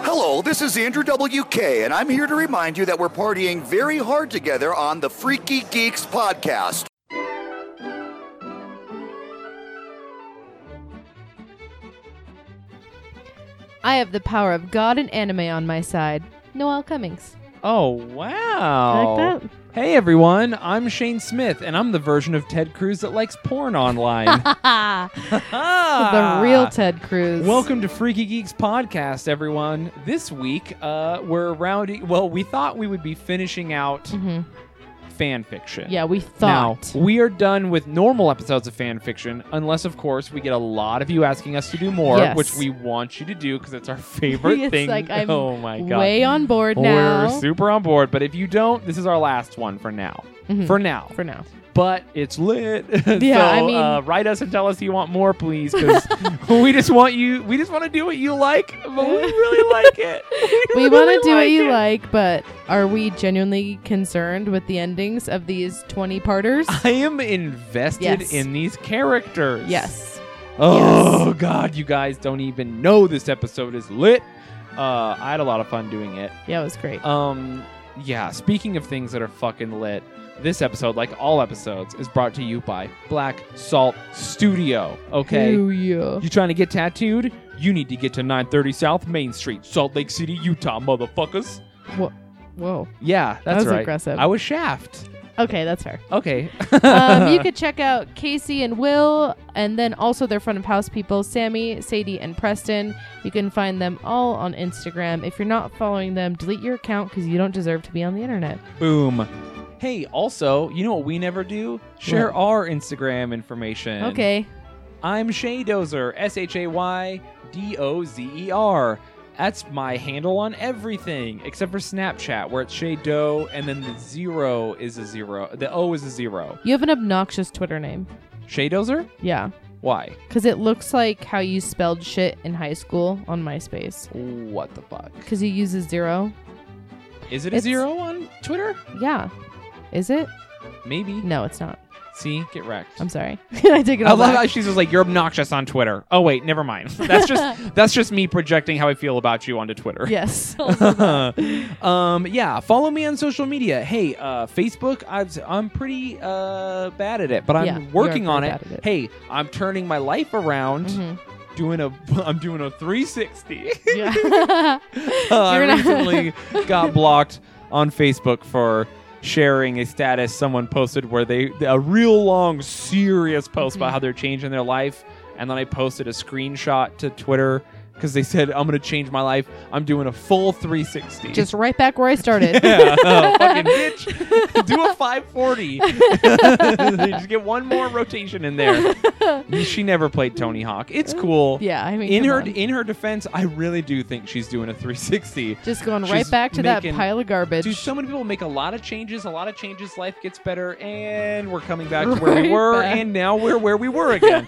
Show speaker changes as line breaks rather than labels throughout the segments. Hello, this is Andrew WK, and I'm here to remind you that we're partying very hard together on the Freaky Geeks podcast.
I have the power of God and anime on my side. Noel Cummings.
Oh wow!
Like that?
Hey everyone, I'm Shane Smith, and I'm the version of Ted Cruz that likes porn online.
the real Ted Cruz.
Welcome to Freaky Geeks podcast, everyone. This week, uh, we're rounding. Well, we thought we would be finishing out
Mhm.
fan fiction.
Yeah, we thought.
Now we are done with normal episodes of fan fiction, unless of course we get a lot of you asking us to do more,
Yes.
which we want you to do because it's our favorite
It's
thing.
like I'm
oh my god!
Way on board now.
We're super on board, but if you don't, this is our last one for now.
Mhm.
For now.
for now.
But it's lit. so,
Yeah, I mean-
uh, write us and tell us you want more, please, because we just want you. We just want to do what you like, but we really like it.
We want to do what you
it.
like, but are we genuinely concerned with the endings of these 20 parters?
I am invested
Yes.
in these characters.
yes.
Oh God, you guys don't even know this episode is lit. Uh, I had a lot of fun doing it.
Yeah, it was great.
Um, yeah. Speaking of things that are fucking lit, this episode, like all episodes, is brought to you by Black Salt Studio. Okay.
Ooh, yeah.
You trying to get tattooed? You need to get to 930 South Main Street, Salt Lake City, Utah, motherfuckers.
Whoa.
Yeah, that's
was
right.
aggressive.
I was shaft.
Okay, that's fair.
Okay.
um, you could check out Casey and Will, and then also their front of house people, Sammy, Sadie, and Preston. You can find them all on Instagram. If you're not following them, delete your account because you don't deserve to be on the internet.
Boom. Hey, also, you know what we never do? Share our Instagram information.
Okay.
I'm Shay Dozer, S H A Y D O Z E R. That's my handle on everything except for Snapchat, where it's Shay Doe, and then the zero is a zero. The O is a zero.
You have an obnoxious Twitter name.
Shay Dozer?
Yeah.
Why?
Because it looks like how you spelled shit in high school on MySpace.
What the fuck?
Because you use a zero.
Is it a
It's-
zero on Twitter?
Yeah. Is it?
Maybe.
No, it's not.
See, get wrecked.
I'm sorry. I take it
I
all
love
back.
how she's just like you're obnoxious on Twitter. Oh wait, never mind. That's just that's just me projecting how I feel about you onto Twitter.
yes. Mm-hmm.
um, yeah, follow me on social media. Hey, uh, Facebook, I've, I'm pretty uh, bad at it, but I'm
Yeah, you are
working on
pretty
it.
bad at it.
Hey, I'm turning my life around.
Mhm.
Doing a, I'm doing a 360.
Yeah.
Uh, I
You're not-
recently got blocked on Facebook for sharing a status someone posted where they a real long serious post
Mm-hmm.
about how they're changing their life and then I posted a screenshot to Twitter cuz they said I'm going to change my life. I'm doing a full 360.
Just right back where I started.
yeah, fucking bitch. Do a 540. Just get one more rotation in there. She never played Tony Hawk. It's cool.
Uh, Yeah, I mean,
In
come
her
on.
in her defense, I really do think she's doing a 360.
just going
she's
right back to that
making-
pile of garbage.
Dude, so many people make a lot of changes, a lot of changes, life gets better, and we're coming back to where we
Right
were,
back.
and now we're where we were again.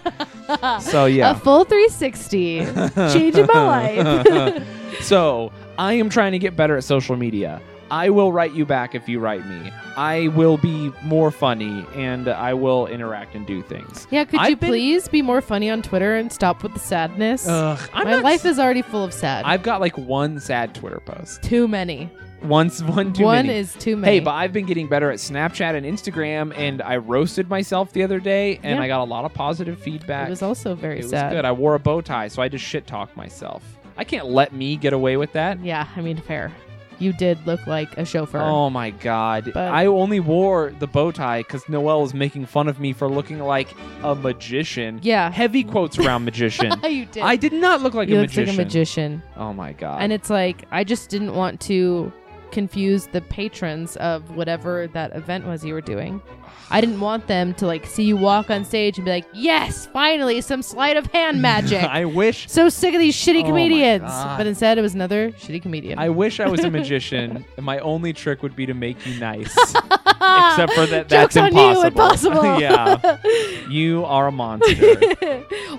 so
A full 360, changing my life.
so I am trying to get better at social media. I will write you back if you write me. I will be more funny and I will interact and do things.
yeah, could you
I've been-
please be more funny on Twitter and stop with the sadness?
Ugh, Uh, I'm
my
not
life
s-
is already full of sad.
I've got like one sad Twitter post.
too many.
Once one too
One
many.
is too many.
Hey, but I've been getting better at Snapchat and Instagram, and I roasted myself the other day, and
Yeah.
I got a lot of positive feedback.
it was also very
It was
sad.
good. I wore a bow tie, so I just shit talked myself. I can't let me get away with that.
Yeah, I mean, fair. You did look like a chauffeur.
Oh my god.
But-
I only wore the bow tie because Noelle was making fun of me for looking like a magician.
Yeah.
Heavy quotes around magician.
you did.
I did not look like
you
a
looked
magician.
like a magician.
Oh my god.
and it's like, I just didn't want to confuse the patrons of whatever that event was you were doing. I didn't want them to like see you walk on stage and be like, yes, finally, some sleight of hand magic.
I wish
so sick of these shitty
Oh my
comedians.
God.
But instead, it was another shitty comedian.
I wish I was a magician and my only trick would be to make you nice. Except for that, that's
Joke's on you,
impossible.
impossible.
yeah, you are a monster.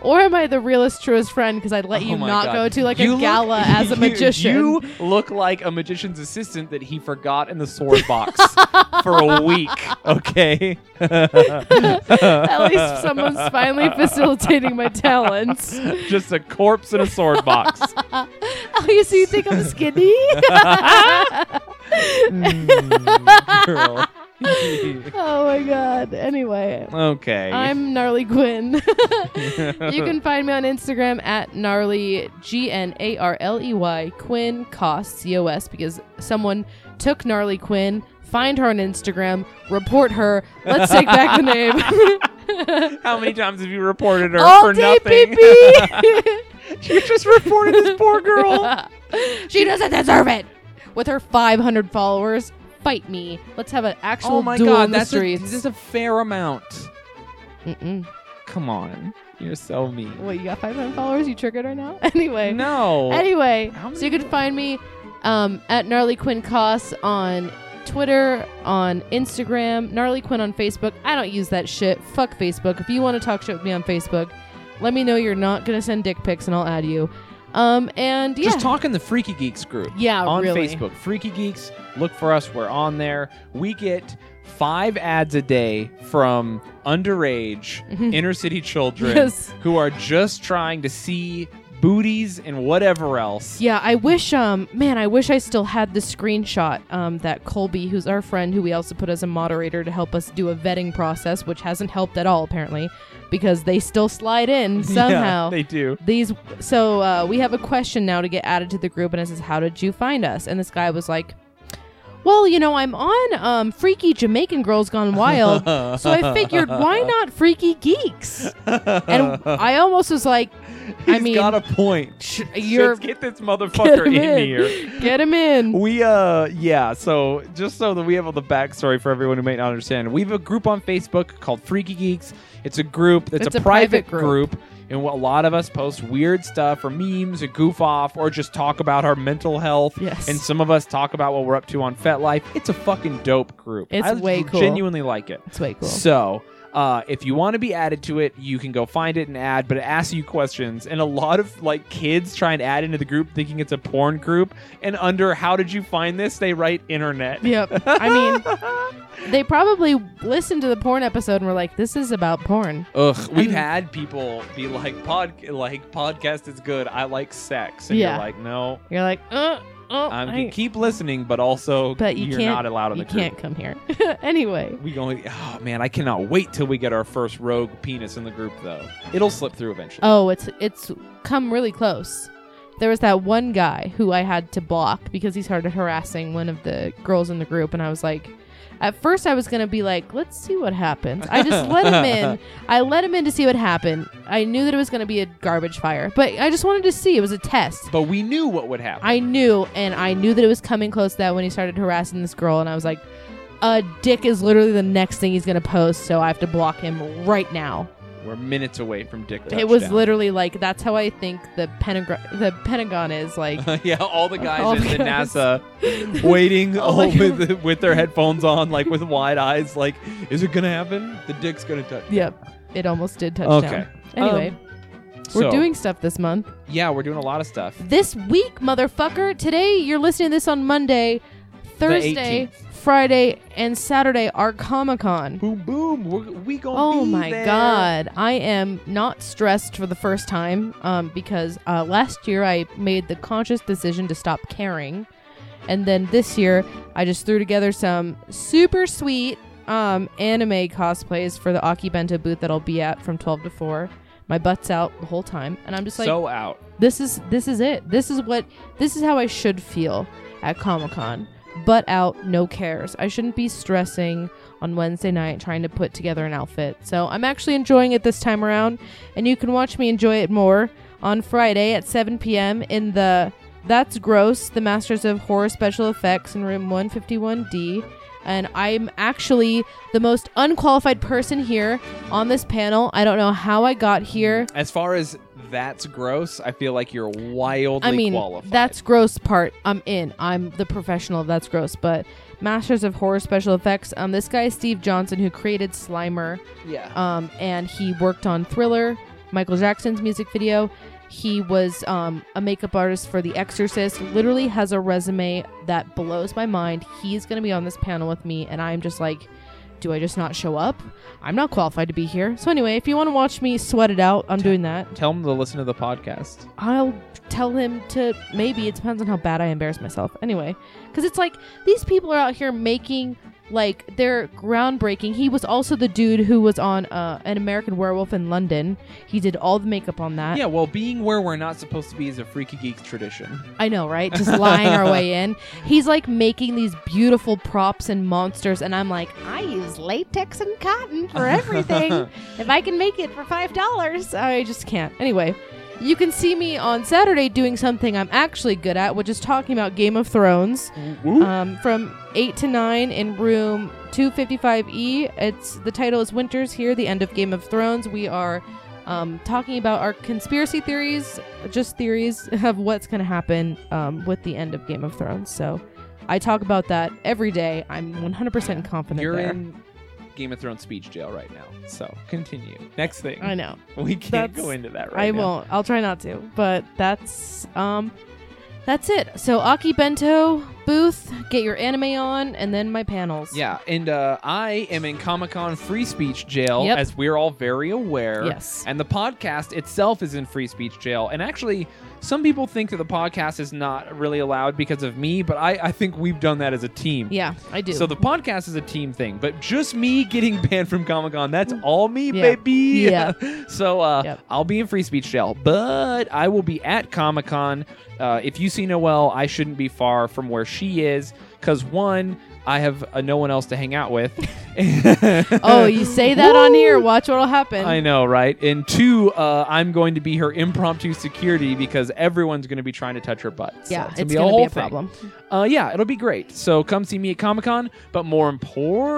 or am I the realest, truest friend because I'd let you
Oh my
not
God.
go to like
You
a
look-
gala as a
you-
magician?
You, look like a magician's assistant that he forgot in the sword box for a week. Okay.
At least someone's finally facilitating my talents.
Just a corpse in a sword box.
Oh, you so you think I'm skinny? Oh
Mm, girl.
oh my god. Anyway,
okay.
I'm Gnarly Gwyn. you can find me on Instagram at gnarly g n a r l e y Quinn cost c o s because someone took gnarly Quinn. Find her on Instagram. Report her. Let's take back the name.
How many times have you reported her
All
for
day,
nothing?
PP.
you just reported this poor girl.
she doesn't deserve it. With her 500 followers, fight me. Let's have an actual
oh my
duel
god,
in the
that's a,
streets.
this is a fair amount.
Mm-mm.
Come on, you're so mean.
Wait, you got 500 followers? You triggered her now? anyway.
No.
Anyway,
How
so you
many-
can find me um, at Gnarly Quinn Costs on Twitter, on Instagram, Gnarly Quinn on Facebook. I don't use that shit. Fuck Facebook. If you want to talk shit with me on Facebook, let me know you're not going to send dick pics and I'll add you. Um, and yeah.
Just talk in the Freaky Geeks group.
yeah,
on
really.
Facebook. Freaky Geeks, look for us. We're on there. We get five ads a day from underage inner city children
Mm-hmm. Yes.
who are just trying to see booties and whatever else.
Yeah, I wish, um, man, I wish I still had the screenshot um, that Colby, who's our friend, who we also put as a moderator to help us do a vetting process, which hasn't helped at all, apparently, because they still slide in somehow.
they do.
These, so uh, we have a question now to get added to the group, and it says, How did you find us? And this guy was like, well, you know, I'm on um, Freaky Jamaican Girls Gone Wild, so I figured, why not Freaky Geeks? And I almost was like, I
He's
mean,
got a point.
sh- you're
Let's get this motherfucker in here.
Get him in.
We uh yeah, so just so that we have all the backstory for everyone who might not understand, we have a group on Facebook called Freaky Geeks. It's a group that's
It's
a,
a private
group. in what a lot of us post weird stuff or memes or goof off or just talk about our mental health.
Yes.
And some of us talk about what we're up to on FetLife. It's a fucking dope group.
It's
I
way cool.
genuinely like it.
That's way cool.
So, uh, if you want to be added to it, you can go find it and add, but it asks you questions. And a lot of like kids try and add into the group thinking it's a porn group. And under how did you find this, they write internet.
Yep. I mean, they probably listened to the porn episode and were like, "This is about porn."
Ugh, we've
And-
had people be like, pod, like podcast is good. I like sex, and
Yeah.
you're like, no,
You're like, "Uh, oh,
I'm
I-
keep listening, but also,
but you
are
can't.
not allowed in
you
the group.
can't come here." anyway,
We going, oh man, I cannot wait till we get our first rogue penis in the group, though. It'll slip through eventually.
oh, it's it's come really close. There was that one guy who I had to block because he started harassing one of the girls in the group, and I was like. At first, I was gonna be like, "Let's see what happens." I just let him in. I let him in to see what happened. I knew that it was gonna be a garbage fire, but I just wanted to see. It was a test.
But we knew what would happen.
I knew, and I knew that it was coming close to that when he started harassing this girl, and I was like, a dick is literally the next thing he's gonna post, so I have to block him right now.
We're minutes away from dick touchdown.
It was literally like that's how I think the Pentagon the Pentagon is like.
yeah, all the guys
All
in
the
the
guys.
NASA waiting
Oh my
all with with their headphones on, like with wide eyes, like, is it gonna happen? The dick's gonna touch.
yep, it almost did touch
Okay.
down. Anyway,
Um,
we're
So,
doing stuff this month.
Yeah, we're doing a lot of stuff.
This week, motherfucker. Today you're listening to this on Monday, Thursday,
18th.
Friday, and Saturday are Comic Con.
Boom, boom. We're, we gonna.
Oh
be
my
there.
god, I am not stressed for the first time um, because uh, last year I made the conscious decision to stop caring, and then this year I just threw together some super sweet um, anime cosplays for the Akibento booth that I'll be at from twelve to four. My butt's out the whole time, and I'm just like,
so out.
this is this is it. This is what this is how I should feel at Comic Con. Butt out, no cares. I shouldn't be stressing on Wednesday night trying to put together an outfit. So I'm actually enjoying it this time around, and you can watch me enjoy it more on Friday at 7 p.m. in the That's Gross, the Masters of Horror Special Effects in room 151D. And I'm actually the most unqualified person here on this panel. I don't know how I got here.
As far as that's gross, I feel like you're wildly
I mean,
qualified.
that's gross part. I'm in. I'm the professional. That's gross. But Masters of Horror Special Effects. Um, this guy is Steve Johnson, who created Slimer.
yeah.
Um, and he worked on Thriller, Michael Jackson's music video. He was um, a makeup artist for The Exorcist. Literally has a resume that blows my mind. He's going to be on this panel with me, and I'm just like, do I just not show up? I'm not qualified to be here. So anyway, if you want to watch me sweat it out, I'm doing that.
Tell them to listen to the podcast.
I'll tell him to maybe it depends on how bad I embarrass myself. Anyway, because it's like these people are out here making like they're groundbreaking. He was also the dude who was on uh, an American Werewolf in London. He did all the makeup on that.
Yeah, well, being where we're not supposed to be is a freaky geek tradition.
I know, right? Just lying our way in. He's like making these beautiful props and monsters, and I'm like, I use latex and cotton for everything. if I can make it for five dollars, I just can't. Anyway, you can see me on Saturday doing something I'm actually good at, which is talking about Game of Thrones um, from eight to nine in room 255E. It's the title is Winters Here: The End of Game of Thrones. We are um, talking about our conspiracy theories, just theories of what's going to happen um, with the end of Game of Thrones. So. I talk about that every day. I'm 100% confident
You're
there.
in Game of Thrones speech jail right now. So continue. Next thing.
I know.
We can't
That's-
go into that right
I
now.
won't. I'll try not to. But that's um that's it. So Aki Bento booth, get your anime on, and then my panels.
Yeah, and uh, I am in Comic Con free speech jail,
Yep.
as we're all very aware.
Yes.
And the podcast itself is in free speech jail. And actually, some people think that the podcast is not really allowed because of me, but I, I think we've done that as a team.
Yeah, I do.
So the podcast is a team thing, but just me getting banned from Comic Con, that's all me,
Yeah.
baby.
Yeah.
so uh,
Yep.
I'll be in free speech jail, but I will be at Comic Con. Uh, if you see Noelle, I shouldn't be far from where she is, because one, I have uh, no one else to hang out with.
oh, you say that on here, watch what'll happen.
I know, right? And two, uh, I'm going to be her impromptu security because everyone's going to be trying to touch her butt. So
yeah, it's
a
gonna be
whole
a
thing.
problem.
Uh, yeah, it'll be great. So come see me at Comic Con. But more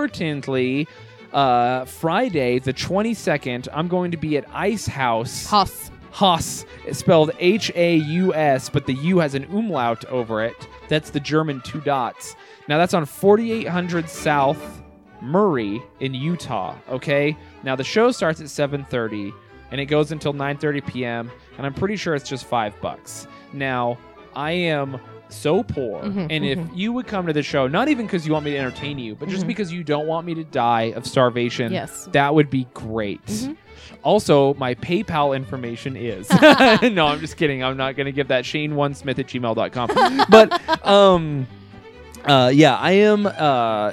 importantly, uh, Friday the 22nd, I'm going to be at Ice House.
Hoss.
Haas. It's spelled H A U S, but the U has an umlaut over it. That's the German two dots. Now that's on 4800 South Murray in Utah. Okay. Now the show starts at 7:30 and it goes until 9:30 p.m. and I'm pretty sure it's just five bucks. Now I am so poor,
Mhm,
and if you would come to the show, not even because you want me to entertain you, but just
Mhm.
because you don't want me to die of starvation,
Yes.
that would be great.
Mhm.
Also, my PayPal information is no, I'm just kidding. I'm not gonna give that Shane one Smith at gmail.com. but um uh, yeah, I am. Uh,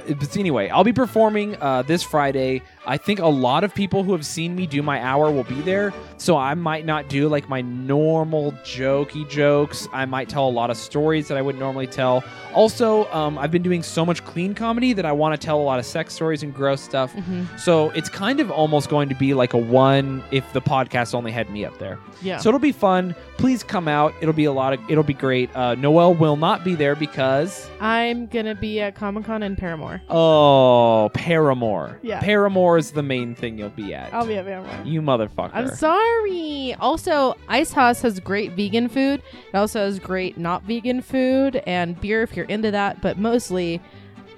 but anyway, I'll be performing uh, this Friday. I think a lot of people who have seen me do my hour will be there, so I might not do like my normal jokey jokes. I might tell a lot of stories that I would normally tell. Also, um, I've been doing so much clean comedy that I want to tell a lot of sex stories and gross stuff.
Mhm.
So it's kind of almost going to be like a one if the podcast only had me up there.
Yeah.
So it'll be fun. Please come out. It'll be a lot of. It'll be great. Uh, Noel will not be there because.
I'm gonna be at Comic Con in Paramore.
Oh, Paramore.
Yeah.
Paramore is the main thing you'll be at.
I'll be at Paramore.
You motherfucker.
I'm sorry. Also, Ice House has great vegan food. It also has great not vegan food and beer if you're into that, but mostly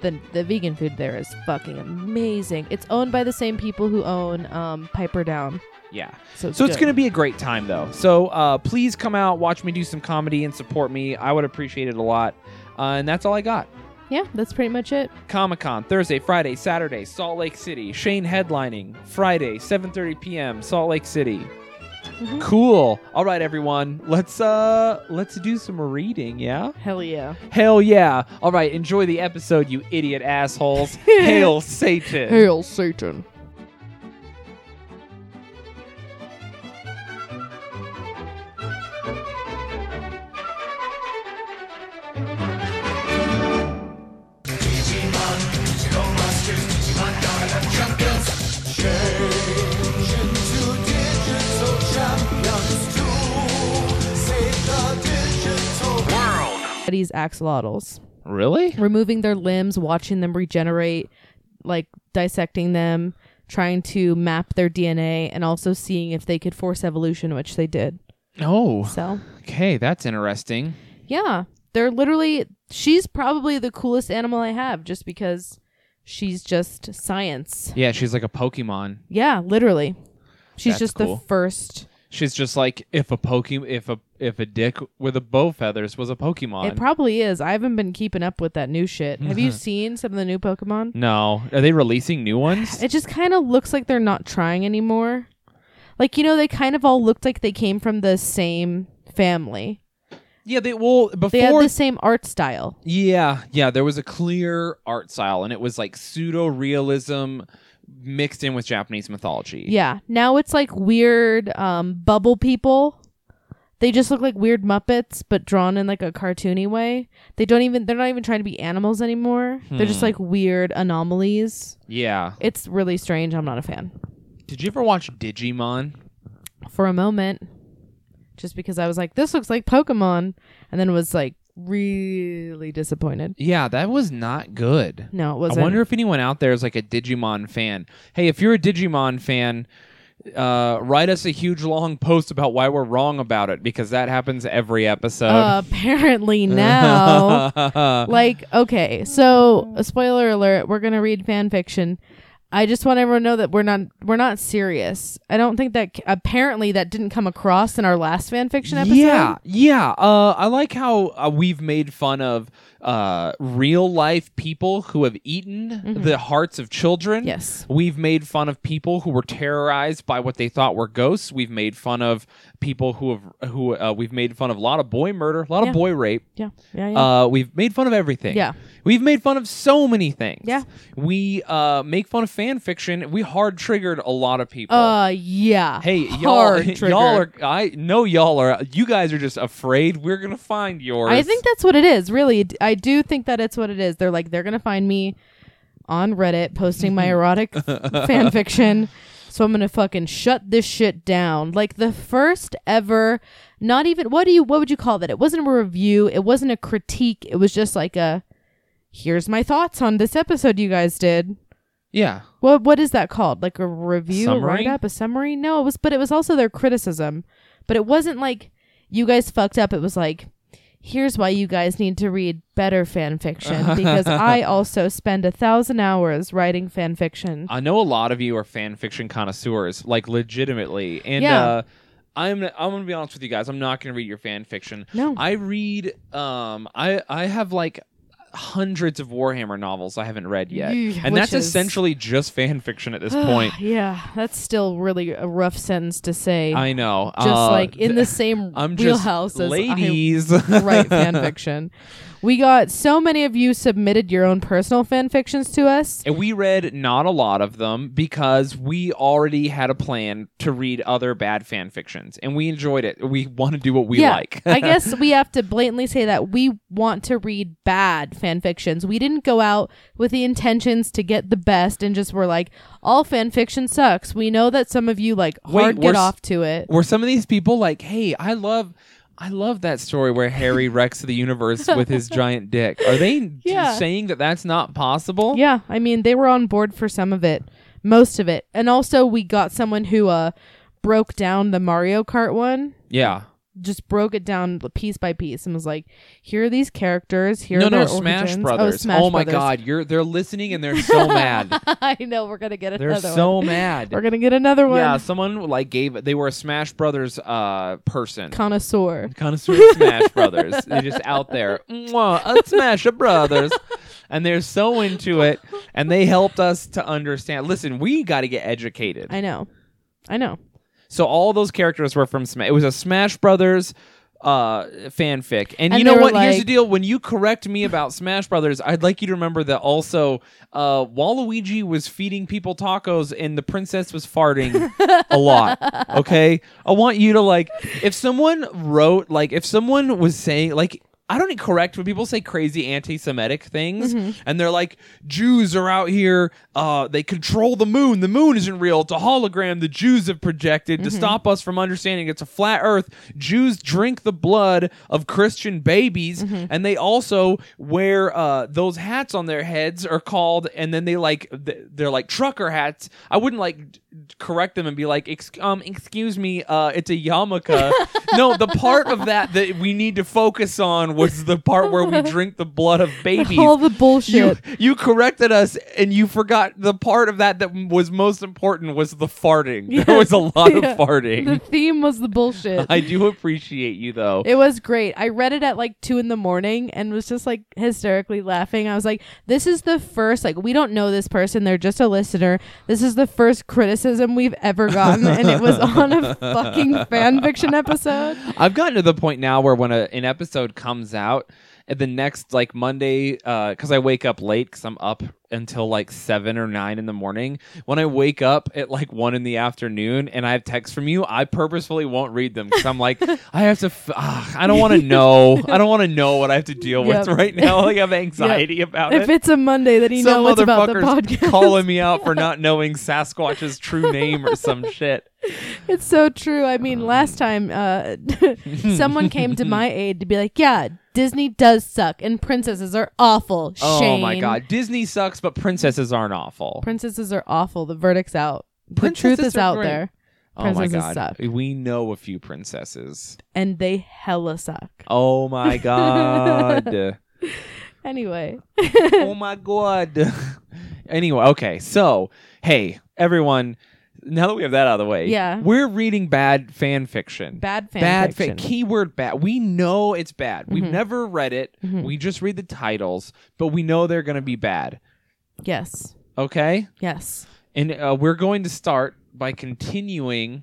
the the vegan food there is fucking amazing. It's owned by the same people who own um, Piper Down.
yeah.
So it's,
So it's
good.
going to be a great time, though. So uh, please come out, watch me do some comedy, and support me. I would appreciate it a lot. Uh, and that's all I got.
Yeah, that's pretty much it.
Comic Con Thursday, Friday, Saturday, Salt Lake City. Shane headlining Friday, 7:30 p.m. Salt Lake City.
Mhm.
Cool. All right, everyone. Let's uh let's do some reading, yeah?
Hell yeah.
Hell yeah. All right, enjoy the episode, you idiot assholes. Hail Satan.
Hail Satan. These axolotls
Really?
removing their limbs, watching them regenerate, like dissecting them, trying to map their DNA, and also seeing if they could force evolution, which they did.
Oh,
So,
okay, that's interesting.
yeah, they're literally, she's probably the coolest animal I have just because she's just science.
Yeah, she's like a Pokemon.
Yeah, literally. She's
That's
just
cool.
the first.
She's just like if a poke if a if a dick with a bow feathers was a Pokemon.
It probably is. I haven't been keeping up with that new shit. Have you seen some of the new Pokemon?
no, are they releasing new ones?
It just kind of looks like they're not trying anymore. Like, you know, they kind of all looked like they came from the same family.
yeah, they well
They had
before.
the same art style.
yeah, yeah, there was a clear art style, and it was like pseudo realism mixed in with Japanese mythology.
Yeah. Now it's like weird um, bubble people. They just look like weird Muppets, but drawn in like a cartoony way. They don't even, they're not even trying to be animals anymore. They're just
Hmm.
like weird anomalies.
yeah.
It's really strange. I'm not a fan.
Did you ever watch Digimon?
for a moment just because I was like, this looks like Pokemon, and then was like really disappointed.
Yeah, that was not good.
No, it
I
wasn't.
wonder if anyone out there is like a Digimon fan. Hey, if you're a Digimon fan, uh, write us a huge long post about why we're wrong about it because that happens every episode.
Apparently Uh, now. like, okay, so a spoiler alert, we're gonna read fan fiction. I just want everyone to know that we're not we're not serious. I don't think that apparently that didn't come across in our last fan fiction episode.
Yeah, yeah. Uh, I like how uh, we've made fun of uh, real life people who have eaten the hearts of children.
Mm-hmm. Yes.
We've made fun of people who were terrorized by what they thought were ghosts. We've made fun of people who have who uh, we've made fun of a lot of boy murder, a lot
Yeah.
of boy rape.
Yeah. Yeah. Yeah.
Uh, we've made fun of everything.
Yeah.
We've made fun of so many things.
Yeah.
We uh, make fun of fan fiction. We hard triggered a lot of people.
Uh, yeah.
Hey, y'all,
Hard trigger.
y'all are. I know y'all are. You guys are just afraid we're gonna find yours.
I think that's what it is. Really, D- I do think that it's what it is. They're like they're gonna find me on Reddit posting my erotic fan fiction, so I'm gonna fucking shut this shit down. Like the first ever, not even what do you what would you call that? It wasn't a review. It wasn't a critique. It was just like a here's my thoughts on this episode you guys did.
Yeah.
What what is that called? Like a review, a
Summary?
write up, a summary? No, it was but it was also their criticism. But it wasn't like you guys fucked up. It was like here's why you guys need to read better fan fiction because I also spend a thousand hours writing fan fiction.
I know a lot of you are fan fiction connoisseurs, like legitimately, and
Yeah.
uh, I'm I'm gonna be honest with you guys. I'm not gonna read your fan fiction.
No.
I read. Um, I I have like hundreds of Warhammer novels I haven't read yet,
Yeah,
and
which
that's
is-
essentially just fan fiction at this point.
Ah, yeah, that's still really a rough sentence to say.
I know.
just
uh,
like in the
th-
same
I'm just
wheelhouse as I
ladies.
write fan fiction. We got so many of you submitted your own personal fan fictions to us.
And we read not a lot of them because we already had a plan to read other bad fan fictions and we enjoyed it. We want to do what we like.
I guess we have to blatantly say that we want to read bad fan fictions. We didn't go out with the intentions to get the best and just were like, all fan fiction sucks. We know that some of you like
Wait,
hard
we're
get
s-
off to it.
Were some of these people like, hey, I love. I love that story where Harry wrecks the universe with his giant dick. Are they
Yeah.
saying that that's not possible?
Yeah, I mean they were on board for some of it, most of it, and also we got someone who uh broke down the Mario Kart one.
Yeah.
Just broke it down piece by piece and was like, "Here are these characters. Here
no,
are their
no, Smash
origins." Oh,
Brothers.
Smash
my
Brothers.
God, you're they're listening and they're so mad.
I know we're gonna get
They're
another
so
one.
mad.
We're gonna get another one.
Yeah, someone like gave they were a Smash Brothers uh person.
connoisseur.
connoisseur of Smash Brothers. They're just out there, Mwah, a Smash of Brothers. And they're so into it, and they helped us to understand. Listen, we got to get educated.
I know. I know.
So all those characters were from Smash. It was a Smash Brothers uh, fanfic. And,
And
you
they
know
were
what? Here's the
like-
deal. When you correct me about Smash Brothers, I'd like you to remember that also uh, Waluigi was feeding people tacos and the princess was farting a lot. Okay? I want you to like if someone wrote like if someone was saying like I don't correct when people say crazy anti-Semitic things,
Mm-hmm.
and they're like, Jews are out here, uh, they control the moon. The moon isn't real. It's a hologram. The Jews have projected to stop us from understanding it's a flat Earth. Jews drink the blood of Christian babies, and they also wear uh, those hats on their heads are called, and then they like th- they're like trucker hats. I wouldn't like d- correct them and be like, Ex- um, excuse me, uh, it's a yarmulke. no, the part of that that we need to focus on was the part where we drink the blood of babies.
All the bullshit.
You, you corrected us, and you forgot the part of that that was most important was the farting. There was a lot
Yeah.
of farting.
the theme was the bullshit.
I do appreciate you though.
It was great. I read it at like two in the morning and was just like hysterically laughing. I was like, this is the first, like, we don't know this person. They're just a listener. This is the first criticism we've ever gotten. and it was on a fucking fan fiction episode.
I've gotten to the point now where when a, an episode comes out, at the next like Monday, because I wake up late because I'm up until like seven or nine in the morning. When I wake up at like one in the afternoon and I have texts from you, I purposefully won't read them because I'm like, I have to. F- ah, I don't want to know. I don't want to know what I have to deal with
Yep.
right now. Like I have anxiety about it.
If it's a Monday, then you
Some
know it's about the
motherfucker's
podcast.
calling me out for not knowing Sasquatch's true name or some shit.
It's so true. I mean, last
Um.
time uh, someone came to my aid to be like, yeah, Disney does suck and princesses are awful.
Oh my
Shane.
god, Disney sucks, but princesses aren't awful.
Princesses are awful. The verdict's out. The
Princesses
truth is
are
out
great.
there.
Oh my
Princesses
god.
suck.
We know a few princesses.
And they hella suck.
Oh my god.
Anyway.
oh my god. anyway, okay. So, hey, everyone, now that we have that out of the way,
Yeah.
we're reading bad fan fiction.
Bad fan
bad
fiction.
Fa- keyword bad. We know it's bad. We've
Mhm.
never read it.
Mhm.
We just read the titles, but we know they're going to be bad.
yes.
Okay?
Yes.
And uh, we're going to start by continuing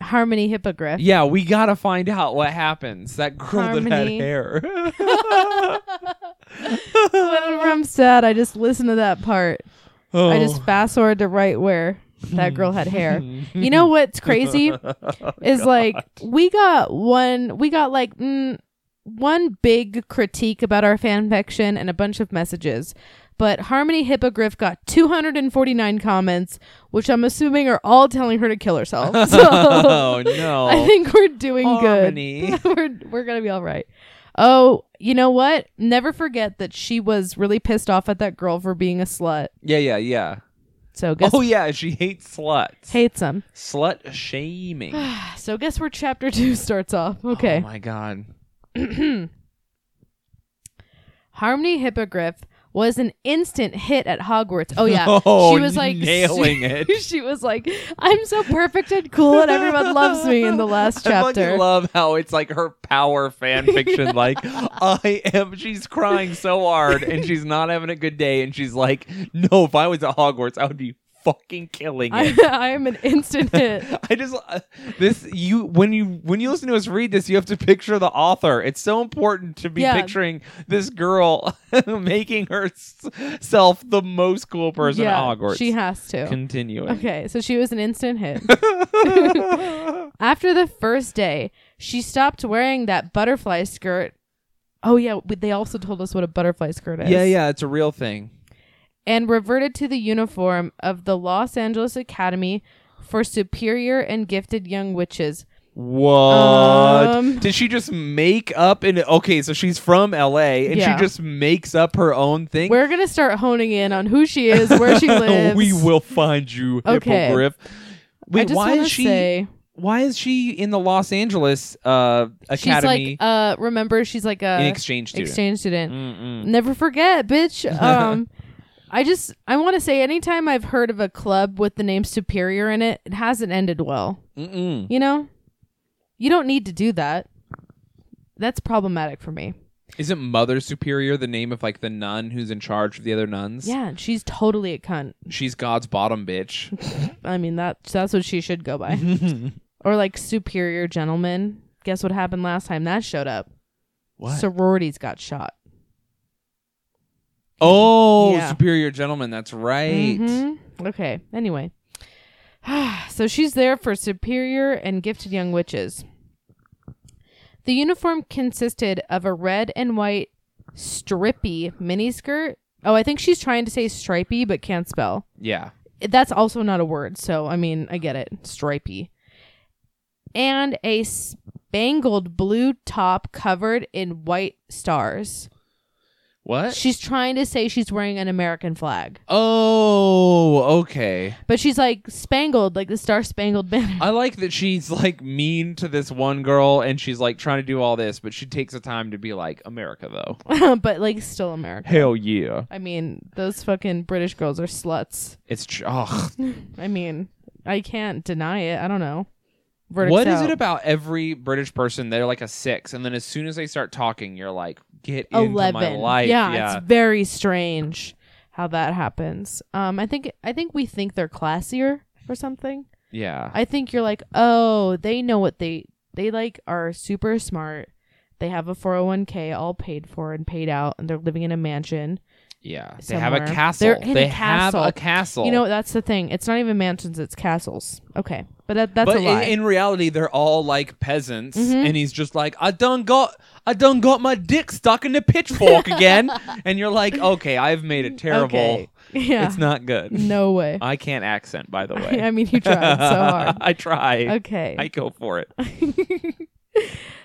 Harmony Hippogriff.
Yeah, we gotta find out what happens. That girl that had
Harmony.
hair.
Whenever I'm sad, I just listen to that part.
Oh.
I just fast forward to right where that girl had hair. You know what's crazy is like we got one, we got like mm, one big critique about our fan fiction and a bunch of messages. But Harmony Hippogriff got 249 comments, which I'm assuming are all telling her to kill herself. So
oh no.
I think we're doing
Harmony.
good. we're we're gonna be all right. Oh, you know what? Never forget that she was really pissed off at that girl for being a slut.
yeah, yeah, yeah.
So guess
oh yeah, she hates sluts.
hates them.
Slut shaming.
So guess where chapter two starts off. Okay.
Oh my god.
Harmony Hippogriff was an instant hit at Hogwarts. Oh yeah,
Oh,
she was like
nailing it.
she was like, "I'm so perfect and cool, and everyone loves me." In the last
I fucking
chapter,
love how it's like her power fan fiction. Like I am, she's crying so hard and she's not having a good day, and she's like, "No, if I was at Hogwarts, I would be fucking killing it."
I, I am an instant hit.
I just uh, this you when you when you listen to us read this, you have to picture the author. It's so important to be
Yeah.
picturing this girl making herself the most cool person
yeah,
at Hogwarts.
she has to.
continuing.
Okay, so she was an instant hit. After the first day, she stopped wearing that butterfly skirt. Oh yeah, but they also told us what a butterfly skirt is.
yeah, yeah, it's a real thing.
and reverted to the uniform of the Los Angeles Academy for Superior and Gifted Young Witches.
What
Um,
did she just make up? And okay, so she's from L.A. and
Yeah.
she just makes up her own thing.
We're going to start honing in on who she is, where she lives.
we will find you,
Okay.
Hippogriff.
I
Wait,
just
why
wanna
is she?
say
why is she in the Los Angeles uh, Academy
she's like uh remember she's like a
in exchange student? Mm.
exchange student.
Mm-mm.
Never forget, bitch. Um I just I want to say anytime I've heard of a club with the name Superior in it, it hasn't ended well.
Mm-mm.
You know? You don't need to do that. That's problematic for me.
Isn't Mother Superior the name of like the nun who's in charge of the other nuns?
Yeah, and she's totally a cunt.
she's God's bottom bitch.
I mean that that's what she should go by. or like superior gentleman. Guess what happened last time that showed up?
what?
Sororities got shot.
oh,
Yeah.
Superior gentleman. That's right.
Mhm. Okay. Anyway. so she's there for superior and gifted young witches. The uniform consisted of a red and white strippy miniskirt. Oh, I think she's trying to say stripy, but can't spell.
Yeah.
That's also not a word, so I mean, I get it. Stripy. And a spangled blue top covered in white stars.
What?
She's trying to say she's wearing an American flag,
oh, okay.
but she's like spangled, like the Star Spangled Banner.
I like that she's like mean to this one girl and she's like trying to do all this, but she takes the time to be like, America though.
but like still American.
Hell yeah.
I mean, those fucking British girls are sluts.
It's tr- ugh.
I mean, I can't deny it. I don't know. Verdict's
What is
out.
it about every British person? They're like a six, and then as soon as they start talking, you're like, get into my
Eleven.
life.
yeah, it's very strange how that happens. Um, I think I think we think they're classier or something.
yeah.
I think you're like, oh, they know what they they like are super smart. They have a 401k all paid for and paid out, and they're living in a mansion.
Yeah, they have a
somewhere.
castle.
They're in
they
a
have a
castle.
castle.
You know, that's the thing. It's not even mansions; it's castles. Okay, but that, that's
but
a
in,
lie.
in reality, they're all like peasants,
Mhm.
and he's just like, I done got, I done got my dick stuck in the pitchfork again, and you're like, okay, I've made it terrible.
Okay. yeah,
It's not good.
no way.
I can't accent, by the way.
I mean, you tried so hard.
I try.
Okay.
I go for it.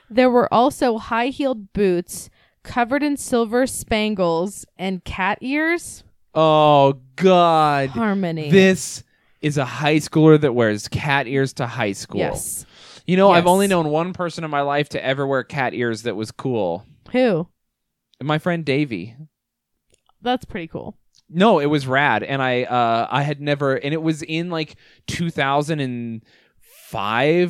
There were also high heeled boots covered in silver spangles and cat ears.
Oh God.
Harmony.
This is a high schooler that wears cat ears to high school.
Yes.
You know, I've
Yes.
only known one person in my life to ever wear cat ears that was cool.
Who?
My friend Davey.
That's pretty cool.
No, it was rad, and I uh, I had never, and it was in like 2005,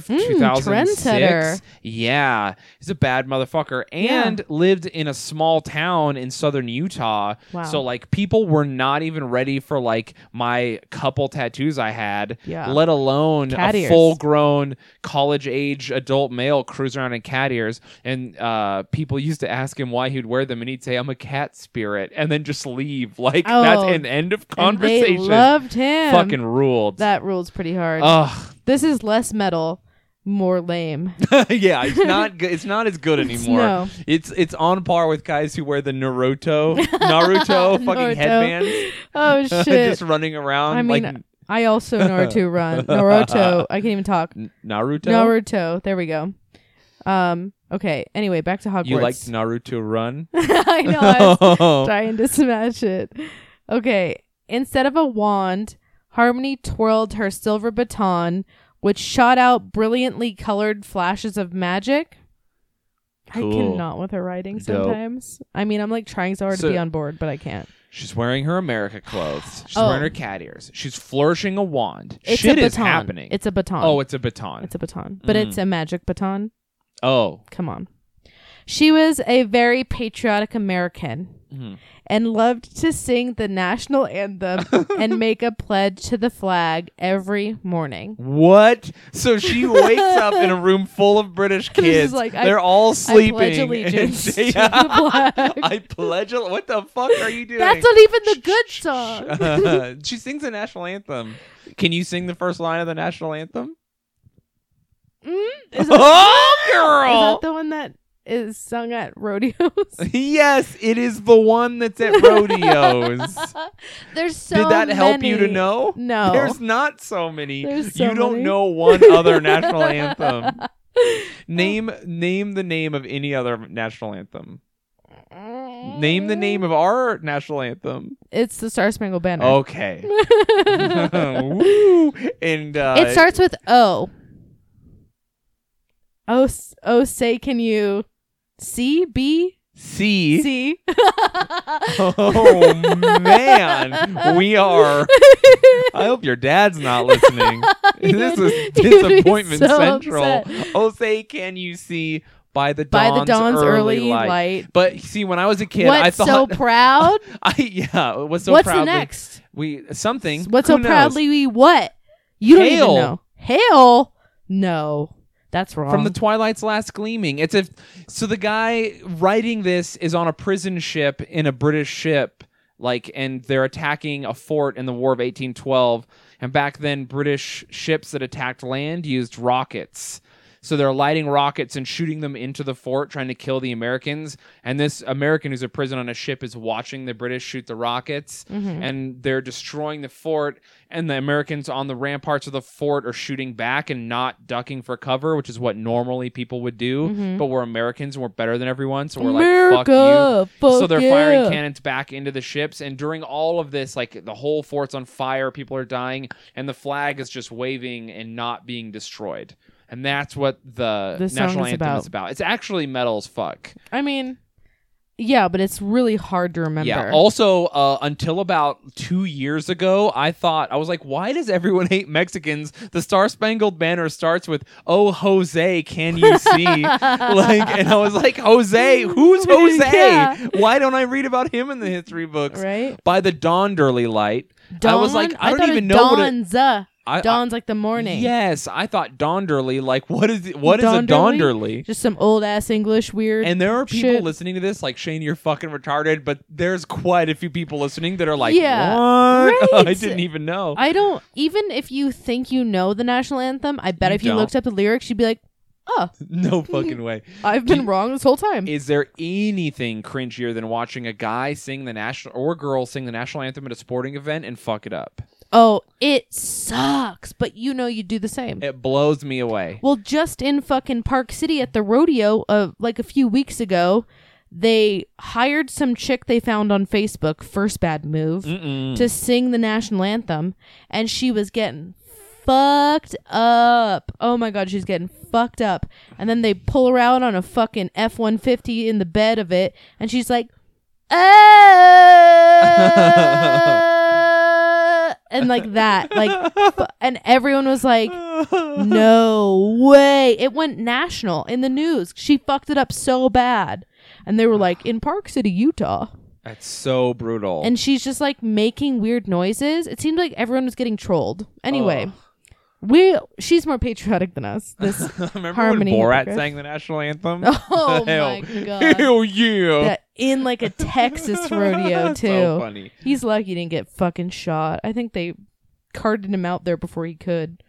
Mm,
2006.
trendsetter.
Yeah, he's a bad motherfucker,
Yeah.
and lived in a small town in southern Utah.
Wow.
So like, people were not even ready for like my couple tattoos I had.
Yeah.
Let alone
Cat
a
ears.
full-grown college-age adult male cruising around in cat ears, and uh, people used to ask him why he'd wear them, and he'd say, "I'm a cat spirit," and then just leave. Like that's
Oh.
an end of
And they
conversation.
loved him.
Fucking Uh, ruled.
That rules pretty hard.
Ugh.
this is less metal, more lame.
yeah, it's not good. It's not as good anymore.
no.
It's it's on par with guys who wear the Naruto Naruto
Naruto.
fucking headbands,
Oh shit!
just running around
I mean,
like
I also Naruto run Naruto. I can't even talk.
N- Naruto.
Naruto. There we go. Um. Okay. Anyway, back to Hogwarts.
you like Naruto run?
I know. I was
Oh.
trying to smash it. Okay. Instead of a wand, Harmony twirled her silver baton, which shot out brilliantly colored flashes of magic. I
Cool.
cannot with her writing
Dope.
sometimes. I mean, I'm like trying so hard
So-
to be on board, but I can't.
She's wearing her America clothes. She's
Oh.
wearing her cat ears. She's flourishing a wand.
It's
Shit
a baton.
is happening.
It's a baton.
oh, it's Mm. a baton.
it's a baton, but it's a magic baton.
oh,
Come on. She was a very patriotic American
Mhm.
and loved to sing the national anthem and make a pledge to the flag every morning.
what? So she wakes up in a room full of British kids.
like, I-
They're all sleeping.
I pledge
and
allegiance to
she-
the flag.
I pledge. al- What the fuck are you doing?
That's not even the good song.
she sings the national anthem. Can you sing the first line of the national anthem?
Mm? Is, that,
oh,
is
girl!
that the one that is sung at rodeos?
yes, it is the one that's at rodeos.
There's so
Did that help you to
many.
know?
No.
There's not so many.
Oh. There's so
you don't
many.
know one other national anthem. Name name the name of any other national anthem. Name the name of our national anthem.
It's the Star Spangled Banner.
Okay. Oh. Woo. And uh,
it starts with O. Oh, s- oh, say, can you see? B?
C.
C?
Oh man, we are. I hope your dad's not listening. this is
You'd be
disappointment
so
central.
upset.
Oh, say, can you see by the
By
dawn's,
the dawn's
early,
early light.
But see, when I was a kid,
What's so
I thought
proud?
I yeah, what's so
What's
proudly
the next?
we something.
What's
who
so
knows?
proudly we what? You don't
Hail.
even know. Hail? No, that's wrong.
from the twilight's last gleaming. It's a so the guy writing this is on a prison ship in a British ship, like, and they're attacking a fort in the War of 1812. And back then, British ships that attacked land used rockets. So they're lighting rockets and shooting them into the fort, trying to kill the Americans. And this American who's a prison on a ship is watching the British shoot the rockets,
Mm-hmm.
and they're destroying the fort. And the Americans on the ramparts of the fort are shooting back and not ducking for cover, which is what normally people would do. But we're Americans and we're better than everyone, so we're like,
Mm-hmm. America,
fuck you. so
fuck
they're firing
yeah.
cannons cannons back into the ships. And during all of this, like the whole fort's on fire, people are dying, and the flag is just waving and not being destroyed. And that's what the
This song
national
is
anthem
about.
is about. It's actually metal as fuck.
I mean, yeah, but it's really hard to remember.
Yeah. Also, uh, until about two years ago, I thought I was like, "Why does everyone hate Mexicans?" The Star Spangled Banner starts with "Oh Jose, can you see?" like, and I was like, "Jose, who's Jose?
Yeah.
Why don't I read about him in the history books?"
right?
by the Donderly light. I was like,
Dawn?
I, don't
thought
even
it
know what it,
dawn's, uh,
I- I-
dawn's like the morning.
Yes, I thought Donderly. Like, what is it, what is a
Donderly?
Donderly?
Just some old ass English weird.
And there are people
Shit.
listening to this, like Shane, you're fucking retarded. But there's quite a few people listening that are like,
Yeah,
what? I
right.
didn't even know.
I don't even if you think you know the national anthem, I bet
You
if you
don't.
looked up the lyrics, you'd be like, "Oh,
no fucking way.
I've been wrong this whole time."
Is there anything cringier than watching a guy sing the national or girl sing the national anthem at a sporting event and fuck it up?
oh, it sucks, but you know you'd do the same.
It blows me away.
Well, just in fucking Park City at the rodeo, uh, like a few weeks ago, they hired some chick they found on Facebook, first bad move, to sing the national anthem, and she was getting fucked up. Oh my god, she's getting fucked up. And then they pull her out on a fucking F one fifty in the bed of it, and she's like, "Oh," and like that, like, fu- and everyone was like no way. It went national in the news. She fucked it up so bad. And they were like, in Park City, Utah.
That's so brutal.
And she's just like making weird noises. It seemed like everyone was getting trolled. Anyway,
Ugh.
we she's more patriotic than us. This
Remember
Harmony
when Borat
Hippogriff.
sang the national anthem?
Oh my
Hell.
God.
Hell yeah!
that in like a Texas rodeo too.
so funny.
He's lucky he didn't get fucking shot. I think they carted him out there before he could.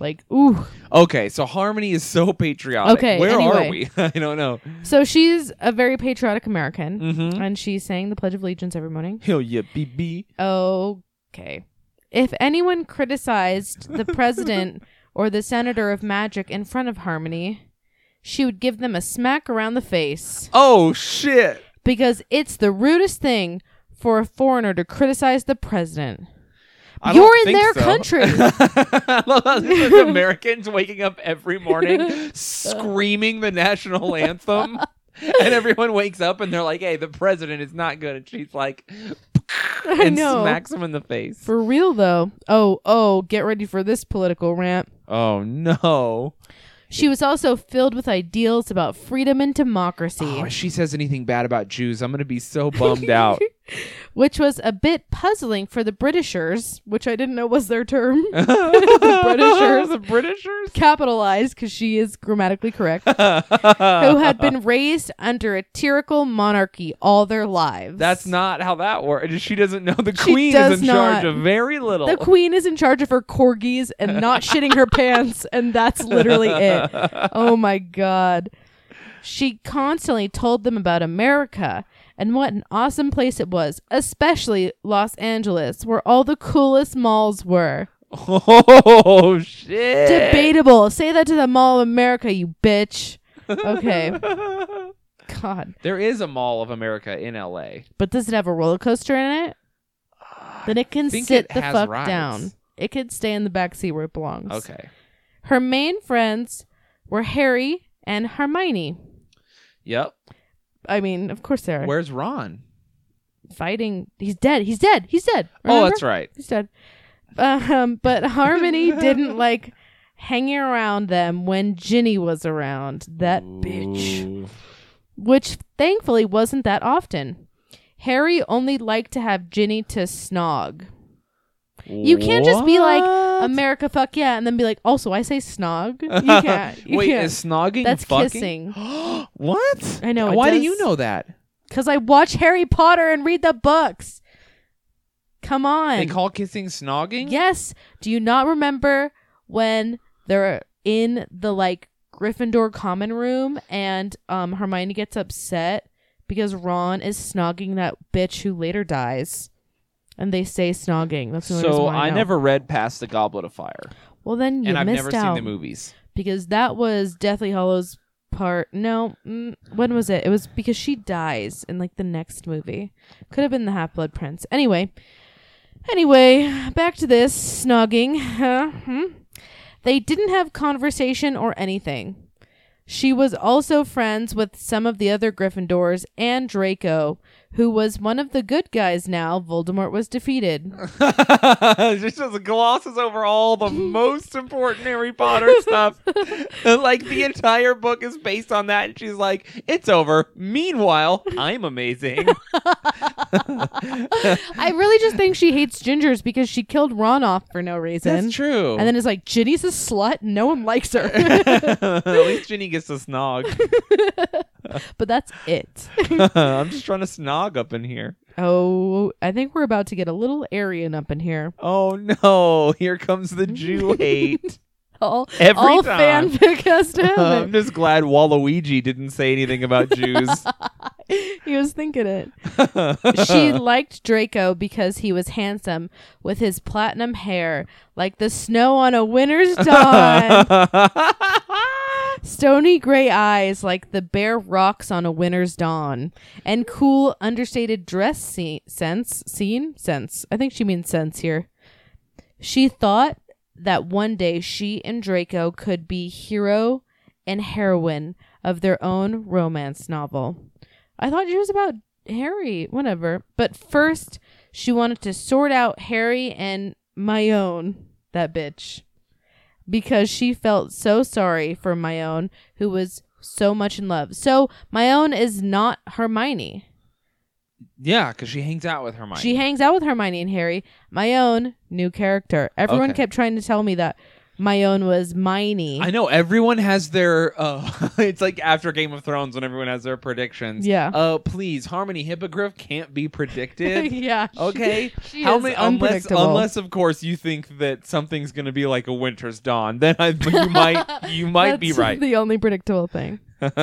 Like, ooh,
Okay, so Harmony is so patriotic.
Okay,
where
anyway.
are we? I don't know.
So she's a very patriotic American,
Mhm.
and she sang the Pledge of Allegiance every morning.
Hell yeah, BB.
Okay. If anyone criticized the president or the senator of magic in front of Harmony, she would give them a smack around the face
Oh shit!
because it's the rudest thing for a foreigner to criticize the president.
I
You're
don't
in their
think so.
country.
I love how this is Americans waking up every morning screaming the national anthem, and everyone wakes up and they're like, "Hey, the president is not good," and she's like,
I
and
know.
smacks him in the face.
For real though. Oh, oh, get ready for this political rant.
oh no!
She was also filled with ideals about freedom and democracy.
Oh, if she says anything bad about Jews, I'm gonna be so bummed out.
which was a bit puzzling for the Britishers, which I didn't know was their term. the Britishers,
the Britishers.
capitalized because she is grammatically correct, who had been raised under a tyrannical monarchy all their lives.
That's not how that works. She doesn't know the
She
queen
does
is in charge
not.
of very little.
The queen is in charge of her corgis and not shitting her pants, and that's literally it. Oh my god. She constantly told them about America and what an awesome place it was, especially Los Angeles, where all the coolest malls were.
oh shit!
Debatable. Say that to the Mall of America, you bitch. Okay. God.
There is a Mall of America in L.A.
But does it have a roller coaster in it? Then it can
think
sit
it
the
has
fuck
rides.
down. It could stay in the back seat where it belongs.
Okay.
Her main friends were Harry and Hermione.
Yep.
I mean, of course they're
Where's Ron?
fighting. He's dead. He's dead. He's dead.
Oh,
Remember?
that's right.
He's dead. Um, but Harmony didn't like hanging around them when Ginny was around. That bitch.
Ooh.
which thankfully wasn't that often. Harry only liked to have Ginny to snog. You can't just be like
What?
America, fuck yeah, and then be like, also I say snog. You can't. You
Wait,
can't.
is snogging
That's
fucking? what?
I know, it
Why do
does-
you know that?
Cause I watch Harry Potter and read the books. Come on.
They call kissing snogging.
yes. Do you not remember when they're in the like Gryffindor common room, and um, Hermione gets upset because Ron is snogging that bitch who later dies. And they say snogging. That's the only reason
So
why
I
know.
never read past the Goblet of Fire,
Well, then you
and I've
missed
never
out
seen the movies.
because that was Deathly Hollows part. No, mm, when was it? It was because she dies in like the next movie. Could have been the Half Blood Prince. Anyway, anyway, back to this snogging. Huh? Hmm? They didn't have conversation or anything. She was also friends with some of the other Gryffindors and Draco, who was one of the good guys now Voldemort was defeated.
she just glosses over all the most important Harry Potter stuff. like the entire book is based on that, and she's like, "It's over." Meanwhile, I'm amazing.
I really just think she hates gingers because she killed Ron off for no reason.
That's true.
And then it's like, Ginny's a slut. No one likes her.
At least Ginny gets to snog.
but that's it.
I'm just trying to snog up in here.
Oh, I think we're about to get a little Aryan up in here.
Oh no! Here comes the Jew hate.
All,
Every
all
time.
fanfic has to
I'm
have
just glad Waluigi didn't say anything about Jews.
it. He was thinking it. she liked Draco because he was handsome with his platinum hair, like the snow on a winter's dawn. Stony gray eyes like the bare rocks on a winter's dawn, and cool, understated dress se- sense. Scene? Sense. I think she means sense here. She thought that one day she and Draco could be hero and heroine of their own romance novel. I thought she was about Harry, whatever. But first, she wanted to sort out Harry and my own, that bitch because she felt so sorry for my own who was so much in love. So my own is not Hermione.
yeah, because she hangs out with Hermione.
She hangs out with Hermione and Harry. My own new character. Everyone
Okay.
kept trying to tell me that my own was Miney.
I know everyone has their. Uh, it's like after Game of Thrones when everyone has their predictions.
Yeah.
Oh, please, Harmony Hippogriff can't be predicted.
yeah. she-
Okay.
She
How
is
many? Unless,
unpredictable.
unless of course you think that something's gonna be like a Winter's Dawn, then I you might you might be
That's
right.
The only predictable thing.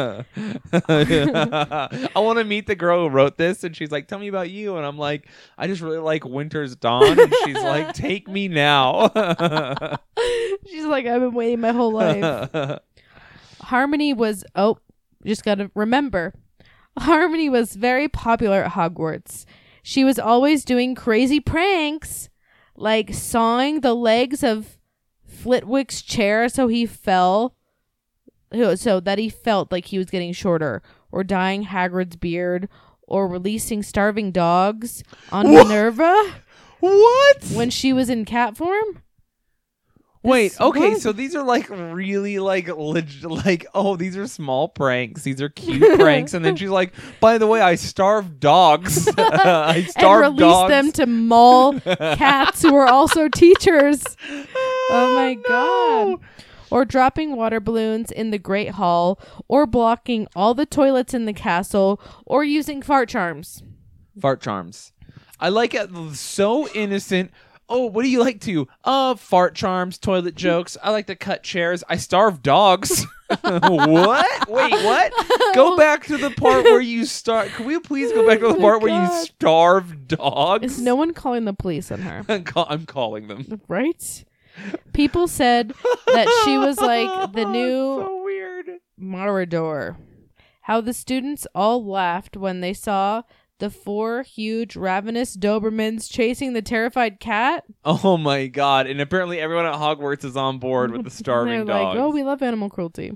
I want to meet the girl who wrote this, and she's like, "Tell me about you," and I'm like, "I just really like Winter's Dawn," and she's like, "Take me now."
She's like, I've been waiting my whole life. Harmony was oh, just gotta remember. Harmony was very popular at Hogwarts. She was always doing crazy pranks, like sawing the legs of Flitwick's chair so he fell, so that he felt like he was getting shorter, or dyeing Hagrid's beard, or releasing starving dogs on
What?
Minerva
what?
when she was in cat form.
Wait,
This-
okay,
what?
so these are like really like leg- like oh, these are small pranks. These are cute pranks, and then she's like, "By the way, I starve dogs. I
and
starve
release
dogs."
them to maul cats who are also teachers. Oh
Ah,
my god. Or dropping water balloons in the Great Hall, or blocking all the toilets in the castle, or using fart charms.
Fart charms. I like it. So innocent. Oh, what do you like to? Uh, fart charms, toilet jokes. I like to cut chairs. I starve dogs. what? Wait, what? Go back to the part where you start. Can we please go back to the
Oh my
part where you
God.
starve dogs?
Is no one calling the police on her?
I'm, call- I'm calling them.
Right? People said that she was like the new
so weird.
Morador. How the students all laughed when they saw the four huge ravenous Dobermans chasing the terrified cat.
Oh my god! And apparently everyone at Hogwarts is on board with the starving
They're like,
dogs.
oh, we love animal cruelty.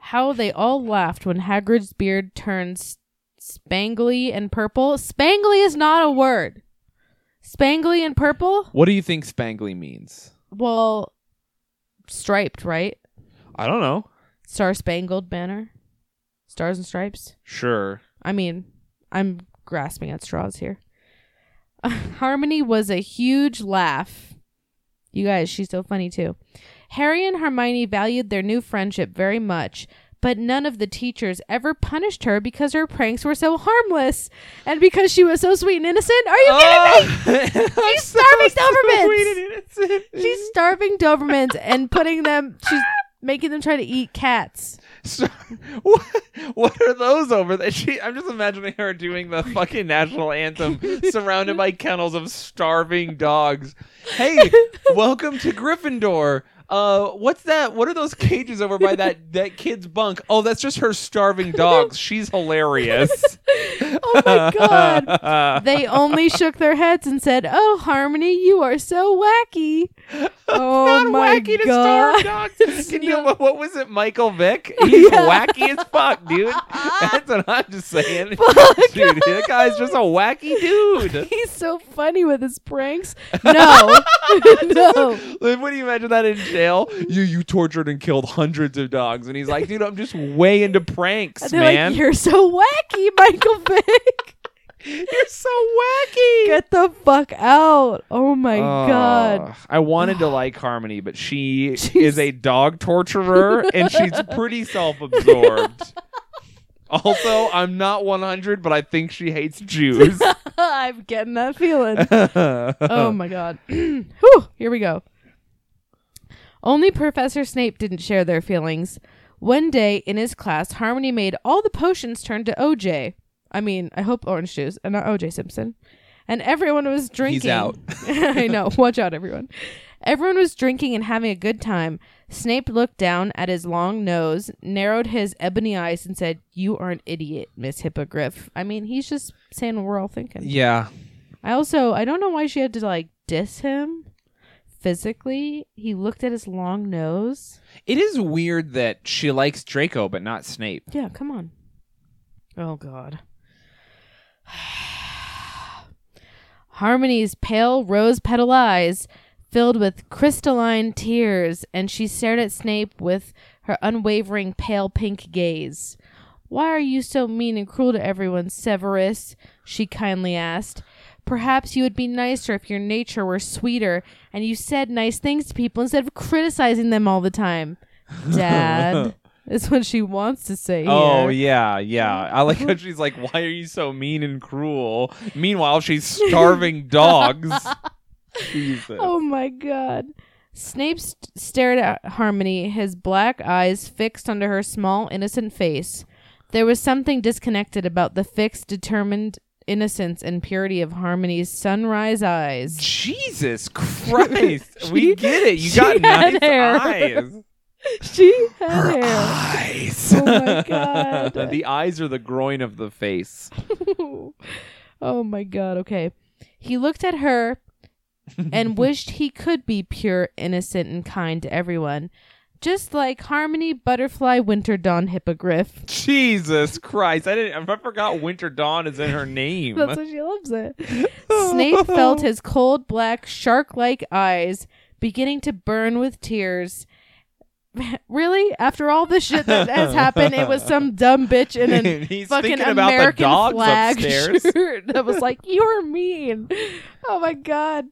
How they all laughed when Hagrid's beard turns spangly and purple. Spangly is not a word. Spangly and purple?
what do you think spangly means?
Well, striped, right?
I don't know.
Star spangled banner. Stars and stripes.
Sure.
I mean, I'm grasping at straws here. Harmony was a huge laugh. You guys, she's so funny too. Harry and Hermione valued their new friendship very much, but none of the teachers ever punished her because her pranks were so harmless and because she was so sweet and innocent. Are you kidding me? She's starving Dobermans. She's starving Dobermans and putting them. She's making them try to eat cats.
So, what, what are those over there? She, I'm just imagining her doing the fucking national anthem, surrounded by kennels of starving dogs. Hey, welcome to Gryffindor. Uh, what's that? What are those cages over by that that kid's bunk? Oh, that's just her starving dogs. She's hilarious.
Oh my god. They only shook their heads and said, "Oh, Harmony, you are so wacky." Oh
Not
my
wacky to
god.
starve dogs. Can you,
Yeah.
what, what was it, Michael Vick? He's
Yeah.
wacky as fuck, dude. That's what I'm just saying. Dude, that guy's just a wacky dude.
He's so funny with his pranks. No, no.
Like, what do you imagine that in jail? You you tortured and killed hundreds of dogs, and he's like, dude, I'm just way into pranks,
They're
man.
like, "You're so wacky, Michael Vick.
you're, so wacky.
Get the fuck out!" Oh my god.
Ugh. I wanted to like Harmony, but she
She's-
is a dog torturer and she's pretty self absorbed. also, I'm not 100, but I think she hates Jews.
I'm getting that feeling. oh
oh,
my god. Whew, here we go. Only Professor Snape didn't share their feelings. One day in his class, Harmony made all the potions turn to OJ. I mean, I hope orange juice and not OJ Simpson. And everyone was drinking.
out.
I know. Watch out, everyone. Everyone was drinking and having a good time. Snape looked down at his long nose, narrowed his ebony eyes, and said, You are an idiot, Miss Hippogriff. I mean, he's just saying what we're all thinking.
yeah.
I also I don't know why she had to like diss him physically. He looked at his long nose.
It is weird that she likes Draco, but not Snape.
Yeah, come on. Oh god. Harmony's pale rose petal eyes filled with crystalline tears, and she stared at Snape with her unwavering pale pink gaze. Why are you so mean and cruel to everyone, Severus? she kindly asked. Perhaps you would be nicer if your nature were sweeter and you said nice things to people instead of criticizing them all the time. Dad is what she wants to say.
Oh
here.
yeah, yeah. I like how she's like, "Why are you so mean and cruel?" Meanwhile, she's starving dogs. Jesus.
Oh my god. Snape st- stared at Harmony, his black eyes fixed onto her small, innocent face. There was something disconnected about the fixed, determined innocence and purity of Harmony's sunrise eyes.
Jesus Christ!
She-
we get it. You
she
got
had
nice
hair.
eyes.
She had hair.
Eyes.
Oh my God.
the eyes are the groin of the face.
oh my god, okay. He looked at her and wished he could be pure, innocent, and kind to everyone. Just like Harmony Butterfly Winter Dawn Hippogriff.
Jesus Christ! I didn't. I forgot Winter Dawn is in her name.
That's why she loves it. Snape felt his cold black shark like eyes beginning to burn with tears. really? After all the shit that has happened, it was some dumb bitch in a
And he's
fucking
thinking about
American
the dogs
flag
upstairs.
shirt that was like, You're mean. Oh my god.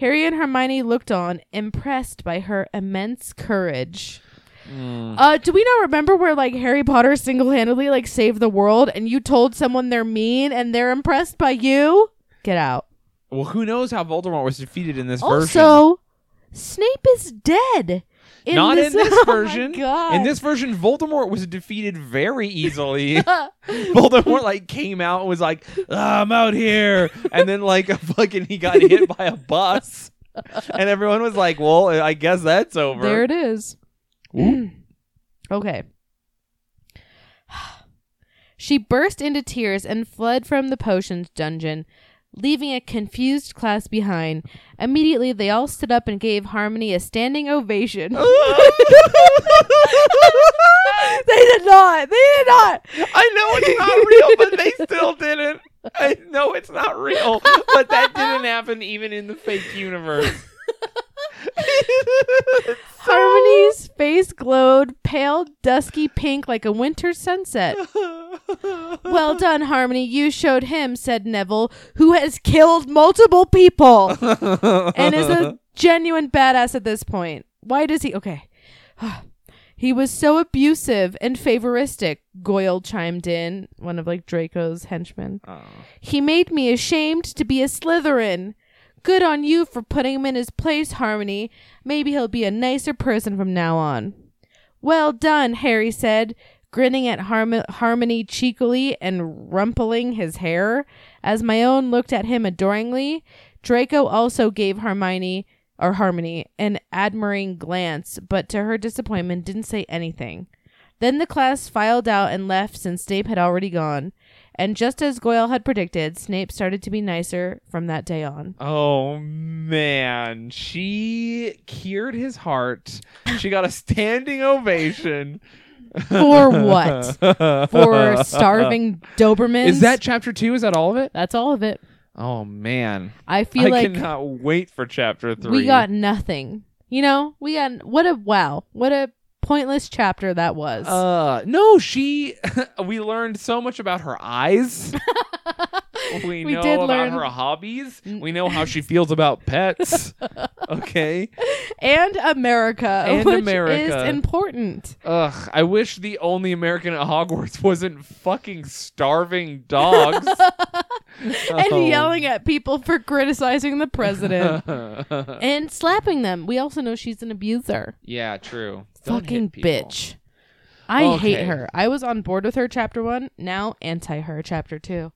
Harry and Hermione looked on, impressed by her immense courage.
Mm.
Uh, do we not remember where like Harry Potter single handedly like saved the world and you told someone they're mean and they're impressed by you? Get out.
Well, who knows how Voldemort was defeated in this version?
Also, Snape is dead.
Not in this
Oh my
version.
God.
In this version, Voldemort was defeated very easily. Voldemort like came out and was like, "Ah, "I'm out here," and then like a fucking he got hit by a bus, and everyone was like, "Well, I guess that's over."
There it is.
Ooh.
okay. She burst into tears and fled from the potions dungeon, leaving a confused class behind. Immediately, they all stood up and gave Harmony a standing ovation. they did not. They did not.
I know it's not real, but they still didn't. I know it's not real, but that didn't happen even in the fake universe.
Harmony's face glowed pale, dusky pink like a winter sunset. Well done, Harmony. You showed him, said Neville, who has killed multiple people and is a genuine badass at this point. Why does he? Okay. he was so abusive and favoristic, Goyle chimed in, one of like Draco's henchmen. He made me ashamed to be a Slytherin. Good on you for putting him in his place, Harmony. Maybe he'll be a nicer person from now on. Well done, Harry said, grinning at Harm- Harmony cheekily and rumpling his hair. As my own looked at him adoringly, Draco also gave Hermione or Harmony an admiring glance, but to her disappointment didn't say anything. Then the class filed out and left since Snape had already gone. And just as Goyle had predicted, Snape started to be nicer from that day on.
Oh man, she cured his heart. She got a standing ovation.
For what? For starving Dobermans?
Is that chapter 2? Is that all of it?
That's all of it.
Oh man.
I feel
I
like
cannot wait for chapter 3.
we got nothing. You know, we got what a wow, what a pointless chapter that was.
uh no, she we learned so much about her eyes. we,
We
know
did
about
learn-
her hobbies. We know how she feels about pets. okay.
and America,
And
which
America.
is important.
Ugh, I wish the only American at Hogwarts wasn't fucking starving dogs.
And yelling at people for criticizing the president
at
and slapping them. We also know she's an abuser.
Yeah, true. Don't hit
Fucking
people.
bitch. I
Okay.
hate her. I was on board with her chapter 1, now anti her chapter 2.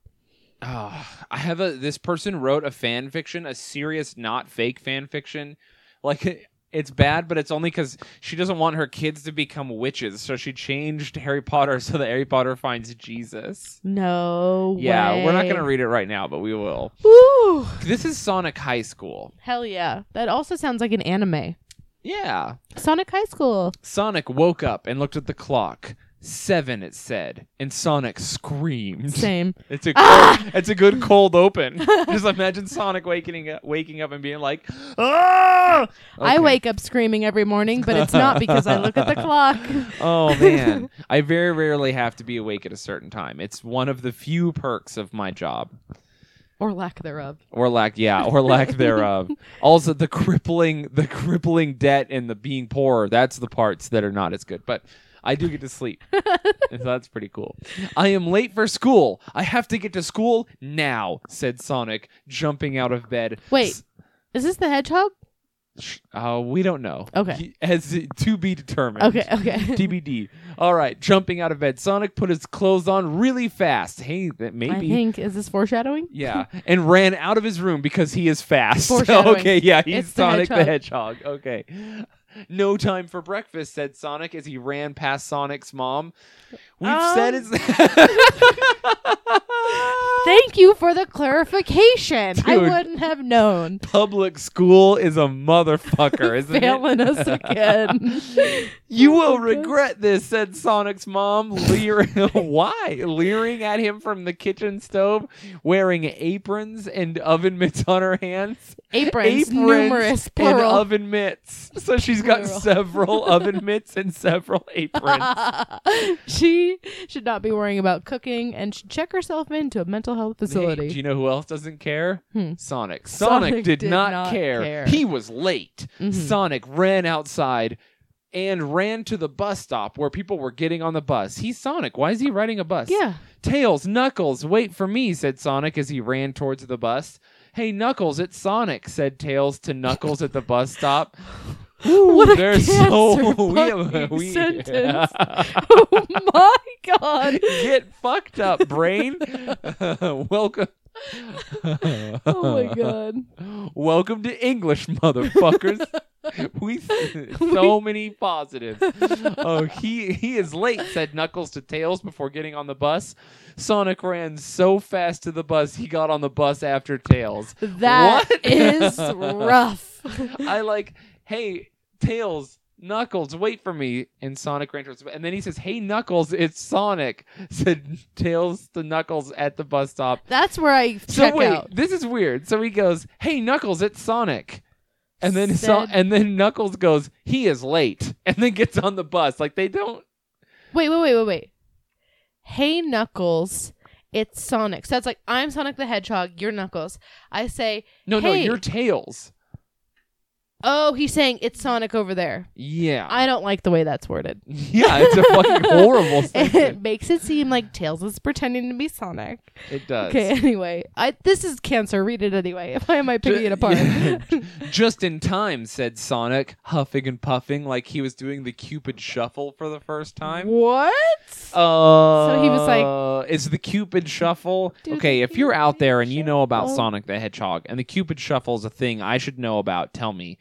Ugh, I have a this person wrote a fan fiction, a serious not fake fan fiction. Like it's bad, but it's only cuz she doesn't want her kids to become witches, so she changed Harry Potter so that Harry Potter finds Jesus.
No
Yeah,
way.
we're not going to read it right now, but we will.
Ooh.
This is Sonic High School.
Hell yeah. That also sounds like an anime.
Yeah.
Sonic High School.
Sonic woke up and looked at the clock. Seven, it said, and Sonic screamed.
Same.
It's a it's a good cold open. Just imagine Sonic waking up, waking up and being like, "Ah!"
I
Okay.
wake up screaming every morning, but it's not because I look at the clock.
Oh man, I very rarely have to be awake at a certain time. It's one of the few perks of my job,
Or lack thereof.
or lack yeah, or lack thereof. also, the crippling the crippling debt and the being poor. That's the parts that are not as good, but. I do get to sleep. so that's pretty cool. I am late for school. I have to get to school now, said Sonic, jumping out of bed.
Wait, is this the hedgehog?
Sh- Uh, we don't know.
Okay.
He- As to be determined.
Okay, okay.
TBD. All right. Jumping out of bed, Sonic put his clothes on really fast. Hey, that
I
maybe.
think is this foreshadowing?
Yeah, and ran out of his room because he is fast.
Foreshadowing.
okay, yeah, he's
It's the
Sonic the Hedgehog. Okay. No time for breakfast, said Sonic as he ran past Sonic's mom. We've said
Um,
it's.
Thank you for the clarification. I
Dude.
wouldn't have known.
Public school is a motherfucker, isn't it?
Failing us again.
You will
Okay.
regret this, said Sonic's mom, leering why? Leering at him from the kitchen stove, wearing aprons and oven mitts on her hands.
Aprons,
aprons
numerous,
and
plural.
oven mitts. So she's got
Plural.
several oven mitts and several aprons.
she should not be worrying about cooking and should check herself into a mental health
Hey,
facility.
do you know who else doesn't care?
Hmm.
Sonic. Sonic.
Sonic
did,
did
not,
not
care.
care.
He was late.
Mhm.
Sonic ran outside and ran to the bus stop where people were getting on the bus. He's Sonic. Why is he riding a bus?
yeah.
Tails, Knuckles, wait for me, said Sonic as he ran towards the bus. Hey, Knuckles, it's Sonic, said Tails to Knuckles at the bus stop.
what a
They're
cancer
so
fucking sentence. oh my god.
Get fucked up, brain. Welcome.
Oh my god.
Welcome to English, motherfuckers. we so many positives. oh, he he is late," said Knuckles to Tails before getting on the bus. Sonic ran so fast to the bus, he got on the bus after Tails.
That
What?
is rough.
I like, hey, Tails, Knuckles, wait for me. And Sonic ran towards And then he says, hey, Knuckles, it's Sonic, said Tails to Knuckles at the bus stop.
That's where I
So
check
wait,
out.
this is weird. So he goes, "Hey Knuckles, it's Sonic." And then so,
Said-
and then Knuckles goes, "He is late." And then gets on the bus. Like they don't
Wait, wait, wait, wait, wait. Hey Knuckles, it's Sonic. So it's like I'm Sonic the Hedgehog, you're Knuckles. I say,
No, no,
Hey.
you're Tails.
Oh, he's saying it's Sonic over there.
Yeah.
I don't like the way that's worded.
yeah, it's a fucking horrible
it
sentence.
makes it seem like Tails is pretending to be Sonic.
It does.
Okay, anyway, I this is cancer. Read it anyway. Why am I picking it apart?
Just in time, said Sonic, huffing and puffing like he was doing the Cupid shuffle for the first time.
what?
Uh,
he was
like, "It's the Cupid Shuffle."
Do
okay,
the
if you're out there and you know about
Shuffle.
Sonic the Hedgehog and the Cupid Shuffle is a thing I should know about, tell me.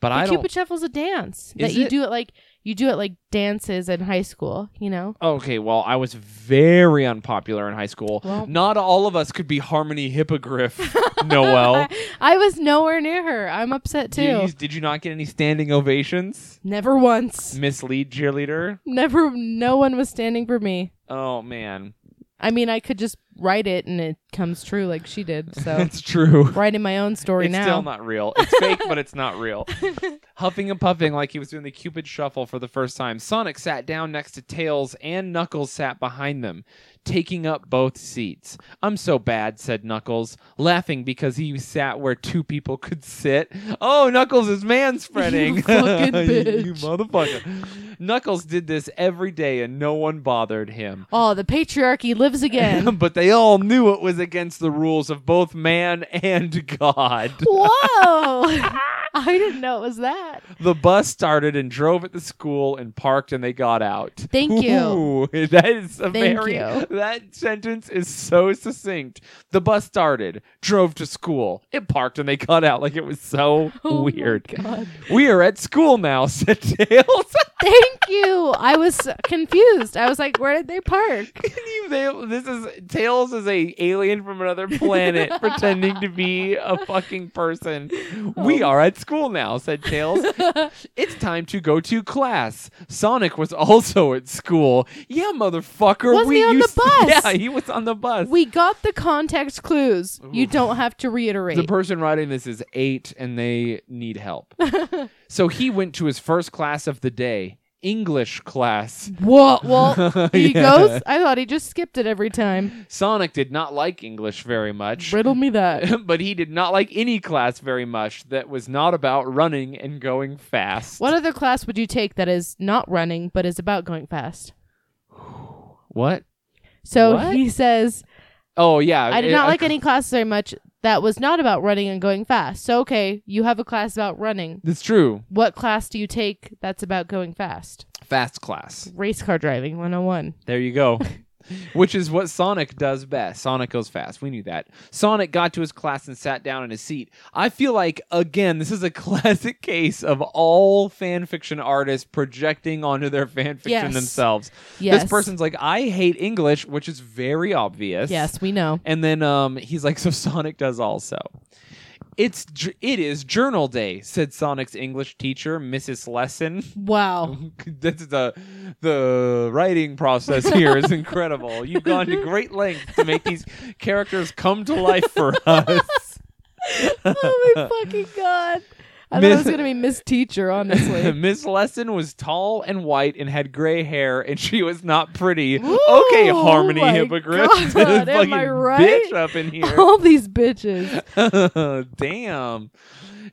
But I
the
don't.
Cupid Shuffle's a dance that
Is
you
it?
do it like you do it like dances in high school. You know.
Oh, Okay, well, I was very unpopular in high school.
Well-
Not all of us could be Harmony Hippogriff, Noel.
I was nowhere near her. I'm upset too.
Did Oh. you- did you not get any standing ovations?
Never once.
Mislead cheerleader.
Never. No one was standing for me.
Oh man,
I mean, I could just write it and it comes true like she did. So
that's true.
writing my own story
it's
now.
still not real. It's fake, but it's not real. Huffing and puffing like he was doing the Cupid shuffle for the first time, Sonic sat down next to Tails and Knuckles sat behind them, taking up both seats. I'm so bad, said Knuckles, laughing because he sat where two people could sit. Oh, Knuckles is manspreading.
You fucking bitch.
you motherfucker. Knuckles did this every day and no one bothered him.
oh, the patriarchy lives again.
but they all knew it was against the rules of both man and God.
Whoa! I didn't know it was that.
The bus started and drove at the school and parked and they got out.
Thank you.
Ooh, that is a
Thank
very
you.
that sentence is so succinct. The bus started, drove to school, it parked and they got out. Like it was so
Oh my
weird.
God.
We are at school now, said Tails.
Thank you. I was confused. I was like, where did they park?
Can you- they- this is Tails is a alien from another planet pretending to be a fucking person. We
Oh.
are at school now, said Tails. it's time to go to class. Sonic was also at school. Yeah, motherfucker.
Wasn't
we
he on the
used-
bus?
Yeah, he was on the bus.
We got the context clues. You don't have to reiterate.
the person writing this is eight and they need help. so he went to his first class of the day, English class.
Whoa, well, he
Yeah.
goes. I thought he just skipped it every time.
Sonic did not like English very much.
Riddle me that.
but he did not like any class very much that was not about running and going fast.
What other class would you take that is not running but is about going fast?
What?
So
What?
he says,
Oh yeah,
I did
it-
not
a
like
cl-
any class very much that was not about running and going fast. So, okay, you have a class about running.
That's true.
What class do you take that's about going fast?
Fast class.
Race car driving 101.
There you go. Which is what Sonic does best. Sonic goes fast. We knew that. Sonic got to his class and sat down in his seat. I feel like, again, this is a classic case of all fan fiction artists projecting onto their fan fiction
Yes.
themselves.
Yes.
This person's like, I hate English, which is very obvious.
Yes, we know.
And then um, he's like, "So Sonic does also." It's ju- it is journal day," said Sonic's English teacher, Mrs. Lesson.
Wow.
this is the the writing process here is incredible. You've gone to great lengths to make these characters come to life for us.
oh my fucking god. I thought it was
Miss-
gonna be Miss Teacher, honestly.
Miss Lesson was tall and white and had gray hair, and she was not pretty. okay,
Ooh,
Harmony
my
Hippogriff,
God,
This
am I
fucking
right? Oh
bitch up in here.
All these bitches.
Damn.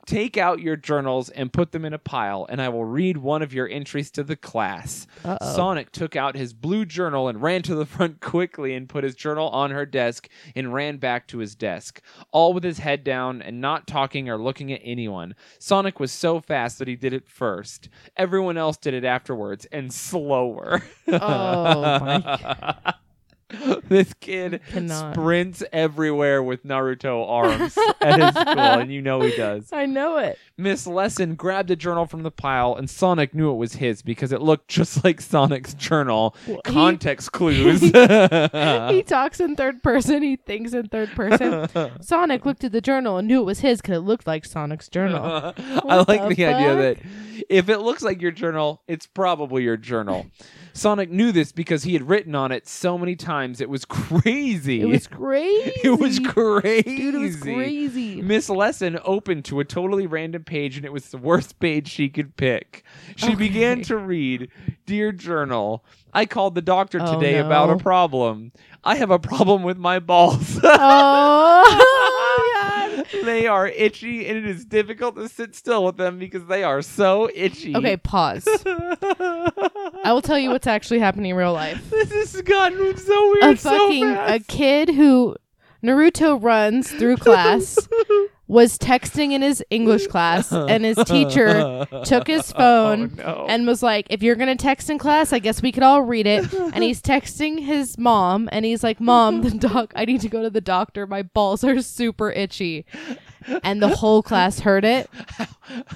Take out your journals and put them in a pile, and I will read one of your entries to the class.
Uh-oh.
Sonic took out his blue journal and ran to the front quickly and put his journal on her desk and ran back to his desk, all with his head down and not talking or looking at anyone. Sonic was so fast that he did it first. Everyone else did it afterwards and slower.
Oh my
this kid
Cannot.
sprints everywhere with Naruto arms at his school, and you know he does.
I know it.
Miss Lesson grabbed a journal from the pile, and Sonic knew it was his because it looked just like Sonic's journal.
Well, he-
Context clues.
he talks in third person, he thinks in third person. Sonic looked at the journal and knew it was his because it looked like Sonic's journal.
I
What
like the,
the
idea that
fuck?
if it looks like your journal, it's probably your journal. Sonic knew this because he had written on it so many times. It was crazy.
It was crazy.
It was crazy.
Dude, it was crazy.
Miss Lesson opened to a totally random page, and it was the worst page she could pick. She
Okay.
began to read, Dear Journal, I called the doctor
Oh,
today about
no.
a problem. I have a problem with my balls.
Oh, God.
they are itchy, and it is difficult to sit still with them because they are so itchy.
Okay, pause. I will tell you what's actually happening in real life.
this has gotten so weird.
a
so
fucking a
fast.
kid who Naruto runs through class was texting in his English class and his teacher took his phone
Oh, no.
and was like if you're going to text in class I guess we could all read it and he's texting his mom and he's like mom the doc I need to go to the doctor my balls are super itchy and the whole class heard it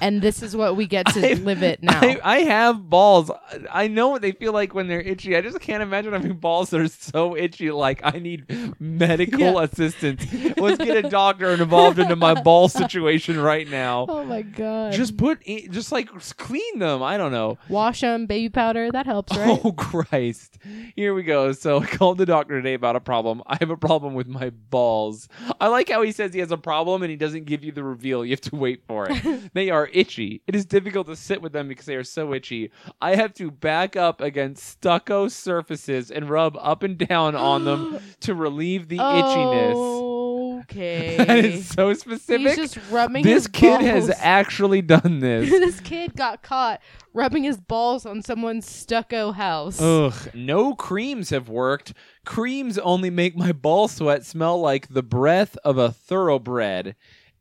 and this is what we get to
I've-
live it now
I, I have balls. I- I know what they feel like when they're itchy. I just can't imagine having balls that are so itchy. Like I need medical
Yeah.
assistance. Let's get a doctor involved into my ball situation right now.
oh my god
Just put, i- just like s- clean them. I don't know.
wash them baby powder that helps right
Oh Christ! Here we go. So I called the doctor today about a problem. I have a problem with my balls. I like how he says he has a problem and he doesn't give you the reveal. You have to wait for it. they are itchy. It is difficult to sit with them because they are so itchy. I have to back up against stucco surfaces and rub up and down on them to relieve the
Oh,
itchiness.
Okay.
That is so specific.
He's just rubbing
this
his
kid
balls.
has actually done this.
this kid got caught rubbing his balls on someone's stucco house.
Ugh, no creams have worked. Creams only make my ball sweat smell like the breath of a thoroughbred.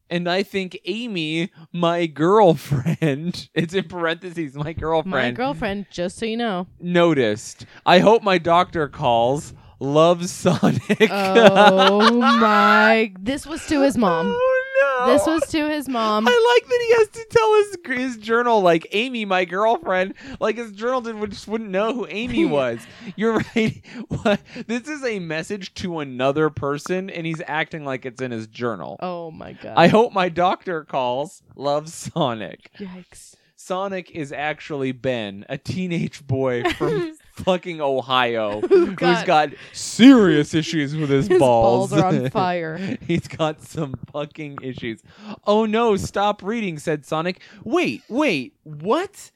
And I think Amy, my girlfriend, it's in parentheses, my girlfriend,
My girlfriend, just so you know.
noticed. I hope my doctor calls. Love Sonic.
Oh my! This was to his mom.
Oh, no.
This was to his mom.
I like that he has to tell his his journal like Amy, my girlfriend. Like his journal did, would- just wouldn't know who Amy was. You're right. What? This is a message to another person, and he's acting like it's in his journal.
Oh my god!
I hope my doctor calls. Love Sonic.
Yikes!
Sonic is actually Ben, a teenage boy from fucking Ohio, who's
got-
got serious issues with his,
His balls are on fire.
He's got some fucking issues. Oh no, stop reading, said Sonic. Wait, wait, what?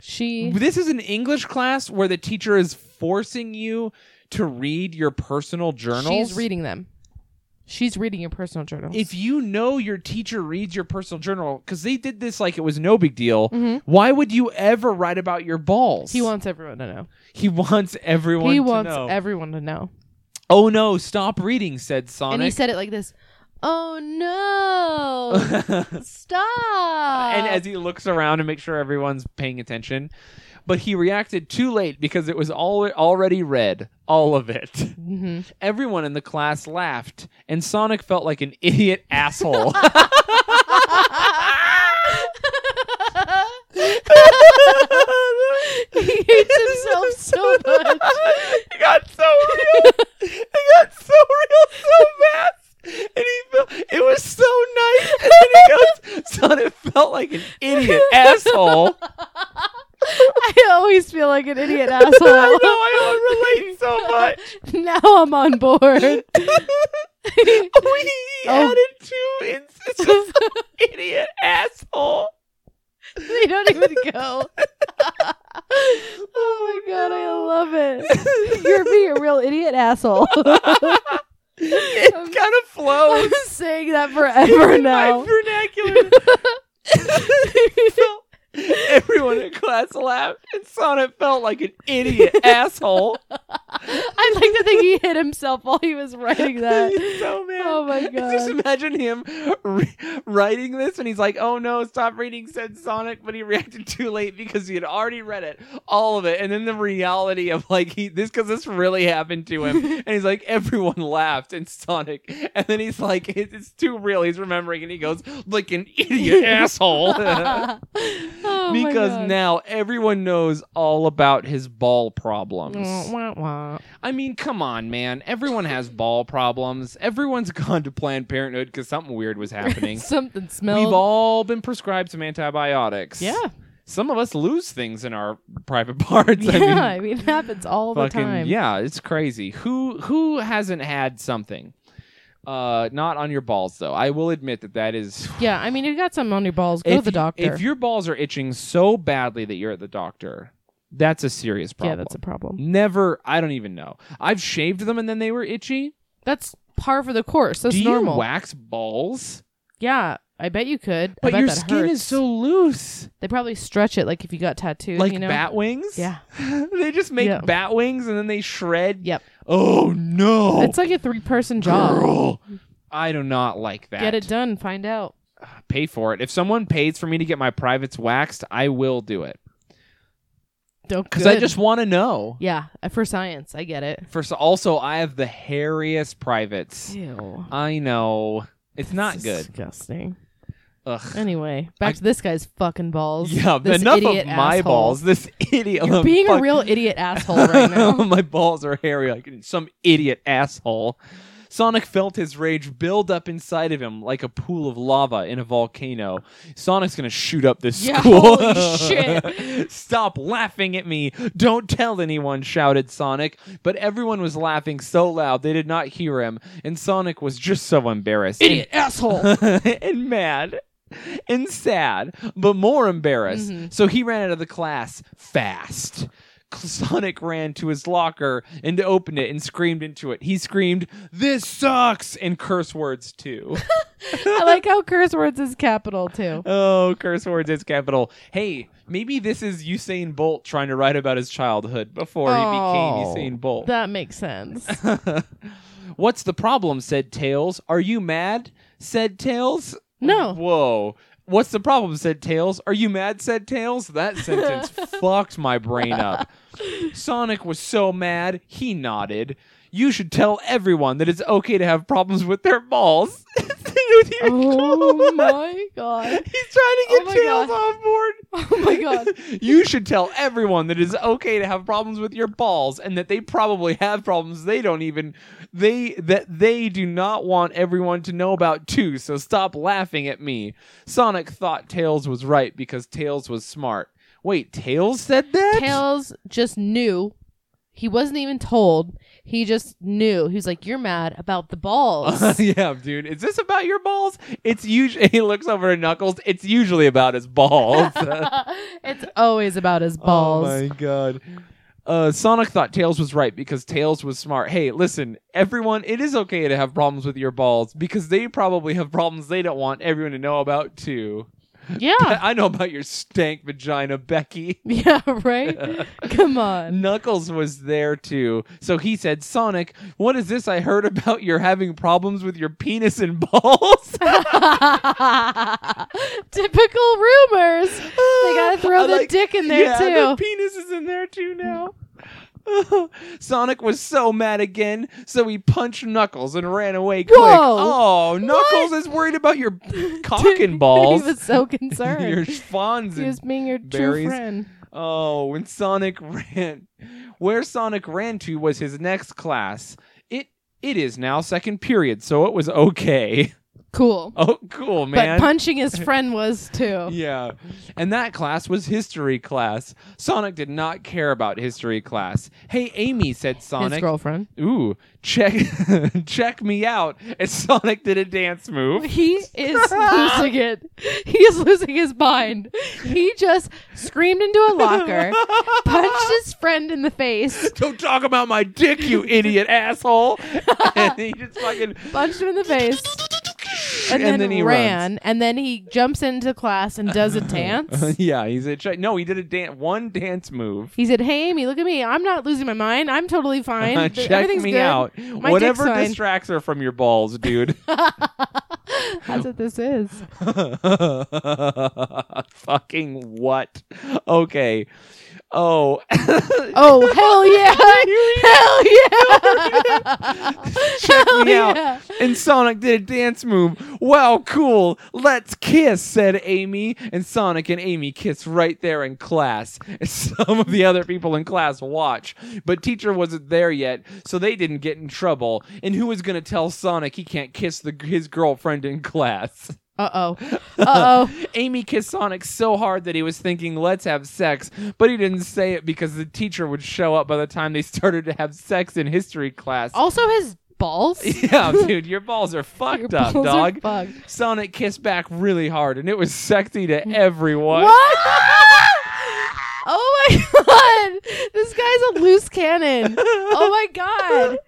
She.
This is an English class where the teacher is forcing you to read your personal journals?
She's reading them. She's reading your personal journal.
If you know your teacher reads your personal journal, because they did this like it was no big deal,
Mhm.
why would you ever write about your balls?
he wants everyone to know.
He wants everyone
He
to
wants
know.
everyone to know.
oh no, stop reading, said Sonic.
And he said it like this. Oh no! Stop.
and as he looks around and makes sure everyone's paying attention. But he reacted too late because it was all already read, all of it.
Mhm.
Everyone in the class laughed, and Sonic felt like an idiot asshole.
he hates himself so much.
It got so real. It got so real so fast. And he felt it was so nice. And then he goes, son, it felt like an idiot asshole.
I always feel like an idiot
I know
asshole.
I relate so much.
now I'm on board.
oh, he
Oh.
added two instances of idiot asshole.
they don't even go. oh my god, I love it. You're being a real idiot asshole.
It
I'm-
kind of flows.
I'm saying that forever
in
now.
Oh. My vernacular. So, Everyone in class laughed, and Sonnet felt like an idiot asshole.
I'd like to think he hit himself while he was writing that.
He's so mad.
Oh my god.
Just imagine him re- writing this, and he's like, "Oh no, stop reading," said Sonic, but he reacted too late because he had already read it, all of it, and then the reality of like he this because this really happened to him, and he's like, everyone laughed, and Sonic, and then he's like, it, it's too real. He's remembering, and he goes like an idiot asshole.
Oh my
Because
God.
now everyone knows all about his ball problems.
Wah, wah, wah.
I mean, come on, man. Everyone has ball problems. Everyone's gone to Planned Parenthood because something weird was happening.
Something smells.
We've all been prescribed some antibiotics.
yeah,
Some of us lose things in our private parts.
yeah.
I mean,
I mean, it happens all the
fucking
time.
yeah, it's crazy. Who who hasn't had something? Uh, not on your balls though. I will admit that that is.
Yeah, I mean, you got something on your balls. Go
if
to the
you-
doctor.
if your balls are itching so badly that you're at the doctor, that's a serious
yeah,
problem.
that's a problem.
Never. I don't even know. I've shaved them and then they were itchy.
That's par for the course. That's
Do
normal.
you wax balls?
Yeah, I bet you could. I
But
bet
your
that
skin
hurts.
is so loose,
They probably stretch it like if you got tattooed.
like
you know?
bat wings.
Yeah.
they just make
Yeah.
bat wings and then they shred.
Yep.
Oh no!
It's like a three person job.
Girl, I do not like that.
Get it done. Find out.
Pay for it. If someone pays for me to get my privates waxed, I will do it
Don't.
because I
good.
just want to know.
Yeah, uh, for science, I get it.
First, also, I have the hairiest privates.
Ew.
I know it's not
It's
good.
Disgusting.
Ugh.
Anyway, back
I-
to this guy's fucking balls.
Yeah,
This
enough of
idiot
my
asshole.
balls. This idiot.
You're being a
fuck-
real idiot asshole right now.
my balls are hairy like some idiot asshole. Sonic felt his rage build up inside of him like a pool of lava in a volcano. Sonic's gonna shoot up this
Yeah,
school.
holy shit.
Stop laughing at me. Don't tell anyone, shouted Sonic. But everyone was laughing so loud they did not hear him, and Sonic was just so embarrassed.
idiot asshole.
and mad and sad, but more embarrassed.
Mhm.
So he ran out of the class fast. Sonic ran to his locker and opened it and screamed into it. He screamed, This sucks! and curse words too.
I like how curse words is capital too.
oh, curse words is capital. Hey, maybe this is Usain Bolt trying to write about his childhood before
Oh,
he became Usain Bolt.
That makes sense.
What's the problem? said Tails. Are you mad? said Tails.
No.
Whoa. What's the problem? said Tails. Are you mad? said Tails. That sentence fucked my brain up. Sonic was so mad, he nodded. You should tell everyone that it's okay to have problems with their balls. With your
Oh
toes.
my god.
He's trying to
Oh
get
my
Tails
God.
on board.
Oh my god.
you should tell everyone that it's okay to have problems with your balls and that they probably have problems they don't even they that they do not want everyone to know about too so stop laughing at me sonic thought tails was right because tails was smart wait tails said that
Tails just knew. He wasn't even told. He just knew. He was like, "You're mad about the balls."
yeah, dude. Is this about your balls? It's usually he looks over at Knuckles. It's usually about his balls.
it's always about his balls.
Oh my god. Uh, Sonic thought Tails was right because Tails was smart. Hey, listen, everyone, it is okay to have problems with your balls because they probably have problems they don't want everyone to know about too.
Yeah.
I know about your stank vagina, Becky.
yeah, right? Come on.
Knuckles was there too. So he said, Sonic, what is this I heard about you're having problems with your penis and balls?
Typical rumors. They gotta throw
I
the
like-
dick in there
yeah,
too.
The penis is in there too now. Sonic was so mad again, so he punched Knuckles and ran away quick.
Whoa.
Oh, Knuckles is worried about your cock and balls.
he was so
your
concerned.
fawns
he
and
was being your
berries.
true friend.
Oh, when Sonic ran, where Sonic ran to was his next class. It it is now second period, so it was okay.
Cool.
Oh, cool, man.
But punching his friend was too.
Yeah. And that class was history class. Sonic did not care about history class. Hey, Amy, said
His
Sonic.
girlfriend.
Ooh, check check me out. And Sonic did a dance move.
He is losing it. He is losing his mind. He just screamed into a locker, punched his friend in the face,
Don't talk about my dick, you idiot asshole. and he just fucking
punched him in the face, and, then,
he
ran. And then he jumps into class and does a dance.
runs. yeah, he's a check. No, he did a dance one dance move.
He said, "Hey, Amy, look at me. I'm not losing my mind. I'm totally fine. Th-
Uh, check
Everything's
me
good.
out.
My
Whatever
dick's fine."
distracts her from your balls, dude.
That's what this is.
Fucking what? Okay. Oh,
Oh hell yeah! hell yeah!
check me
Hell
out.
yeah.
And Sonic did a dance move. Wow, cool. Let's kiss, said Amy. And Sonic and Amy kiss right there in class. And some of the other people in class watch. But teacher wasn't there yet, so they didn't get in trouble. And who is going to tell Sonic he can't kiss the, his girlfriend in class?
uh oh. Uh oh.
Amy kissed Sonic so hard that he was thinking, let's have sex, but he didn't say it because the teacher would show up by the time they started to have sex in history class.
Also, his balls.
yeah, dude, your balls are fucked
Your
up,
balls are
dog.
fucked.
Sonic kissed back really hard, and it was sexy to everyone.
What? oh my god! This guy's a loose cannon. Oh my god!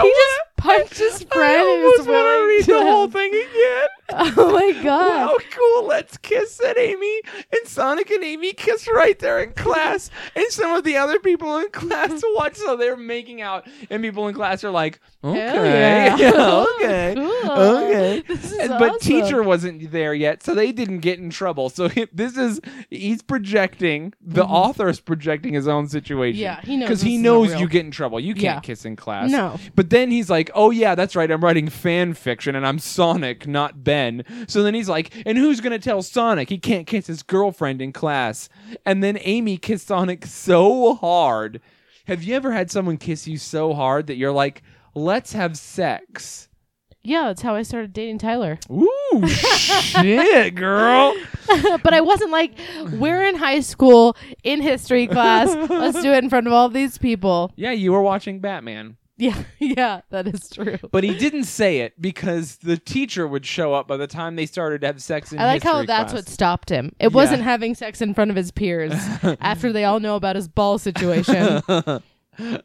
He just punched his
I
friend and
almost
was
want to
willing
read
to
the whole
have-
thing again.
Oh my god.
Wow, cool. Let's kiss said Amy. And Sonic and Amy kiss right there in class. And some of the other people in class watch. So they're making out. And people in class are like, okay.
Hell yeah.
yeah, okay.
Cool.
Okay.
This is
And- but
awesome.
teacher wasn't there yet, so they didn't get in trouble. So he, this is he's projecting the
Mhm.
author's projecting his own situation.
Yeah, he knows
because
this
he
isn't
knows
real.
you get in trouble. You can't
Yeah.
kiss in class.
No.
But then he's like, "Oh yeah, that's right. I'm writing fan fiction, and I'm Sonic, not Ben." So then he's like, "And who's gonna tell Sonic he can't kiss his girlfriend in class?" And then Amy kissed Sonic so hard. Have you ever had someone kiss you so hard that you're like, "Let's have sex"?
Yeah, that's how I started dating Tyler.
Ooh, shit, girl.
but I wasn't like, we're in high school in history class. Let's do it in front of all these people.
Yeah, you were watching Batman.
Yeah, yeah, that is true.
But he didn't say it because the teacher would show up by the time they started to have sex in
I like how
history
that's
class.
what stopped him. It
Yeah.
wasn't having sex in front of his peers after they all know about his ball situation.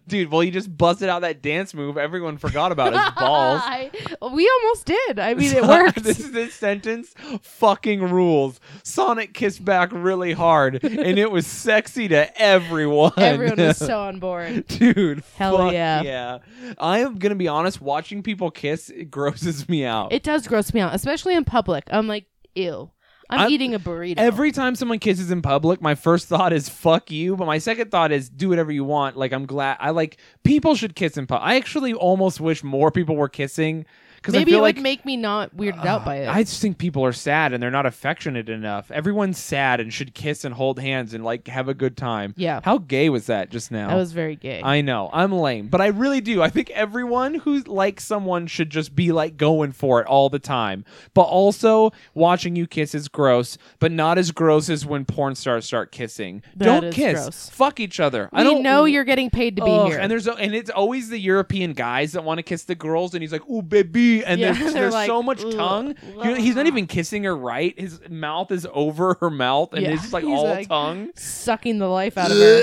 Dude, well, he just busted out that dance move. Everyone forgot about his balls.
I- we almost did. I mean, it worked.
this, this sentence fucking rules. Sonic kissed back really hard, and it was sexy to everyone.
Everyone was so on board.
Dude,
Hell
fuck
yeah.
yeah! I am gonna be honest. Watching people kiss it grosses me out.
It does gross me out, especially in public. I'm like, ew. I'm,
I'm-
eating a burrito.
Every time someone kisses in public, my first thought is "fuck you," but my second thought is "do whatever you want." Like I'm glad. I like people should kiss in public. I actually almost wish more people were kissing because I
Maybe
feel
it
like
would make me not weirded out by it.
I just think people are sad and they're not affectionate enough. Everyone's sad and should kiss and hold hands and like have a good time.
Yeah.
How gay was that just now?
that was very gay.
I know. I'm lame, but I really do. I think everyone who's like someone should just be like going for it all the time. But also, watching you kiss is gross, but not as gross as when porn stars start kissing.
That
don't
is
kiss.
gross.
Fuck each other. I
we
don't
know you're getting paid to be
Ugh,
here.
And there's a- and it's always the European guys that want to kiss the girls, and he's like, "Ooh, baby," and
Yeah,
there's,
they're
there's so
like,
much
"Ugh,
tongue. You- he's not even kissing her right. His mouth is over her mouth, and
Yeah.
it's just like
He's
all
like-
tongue.
sucking the life out of her.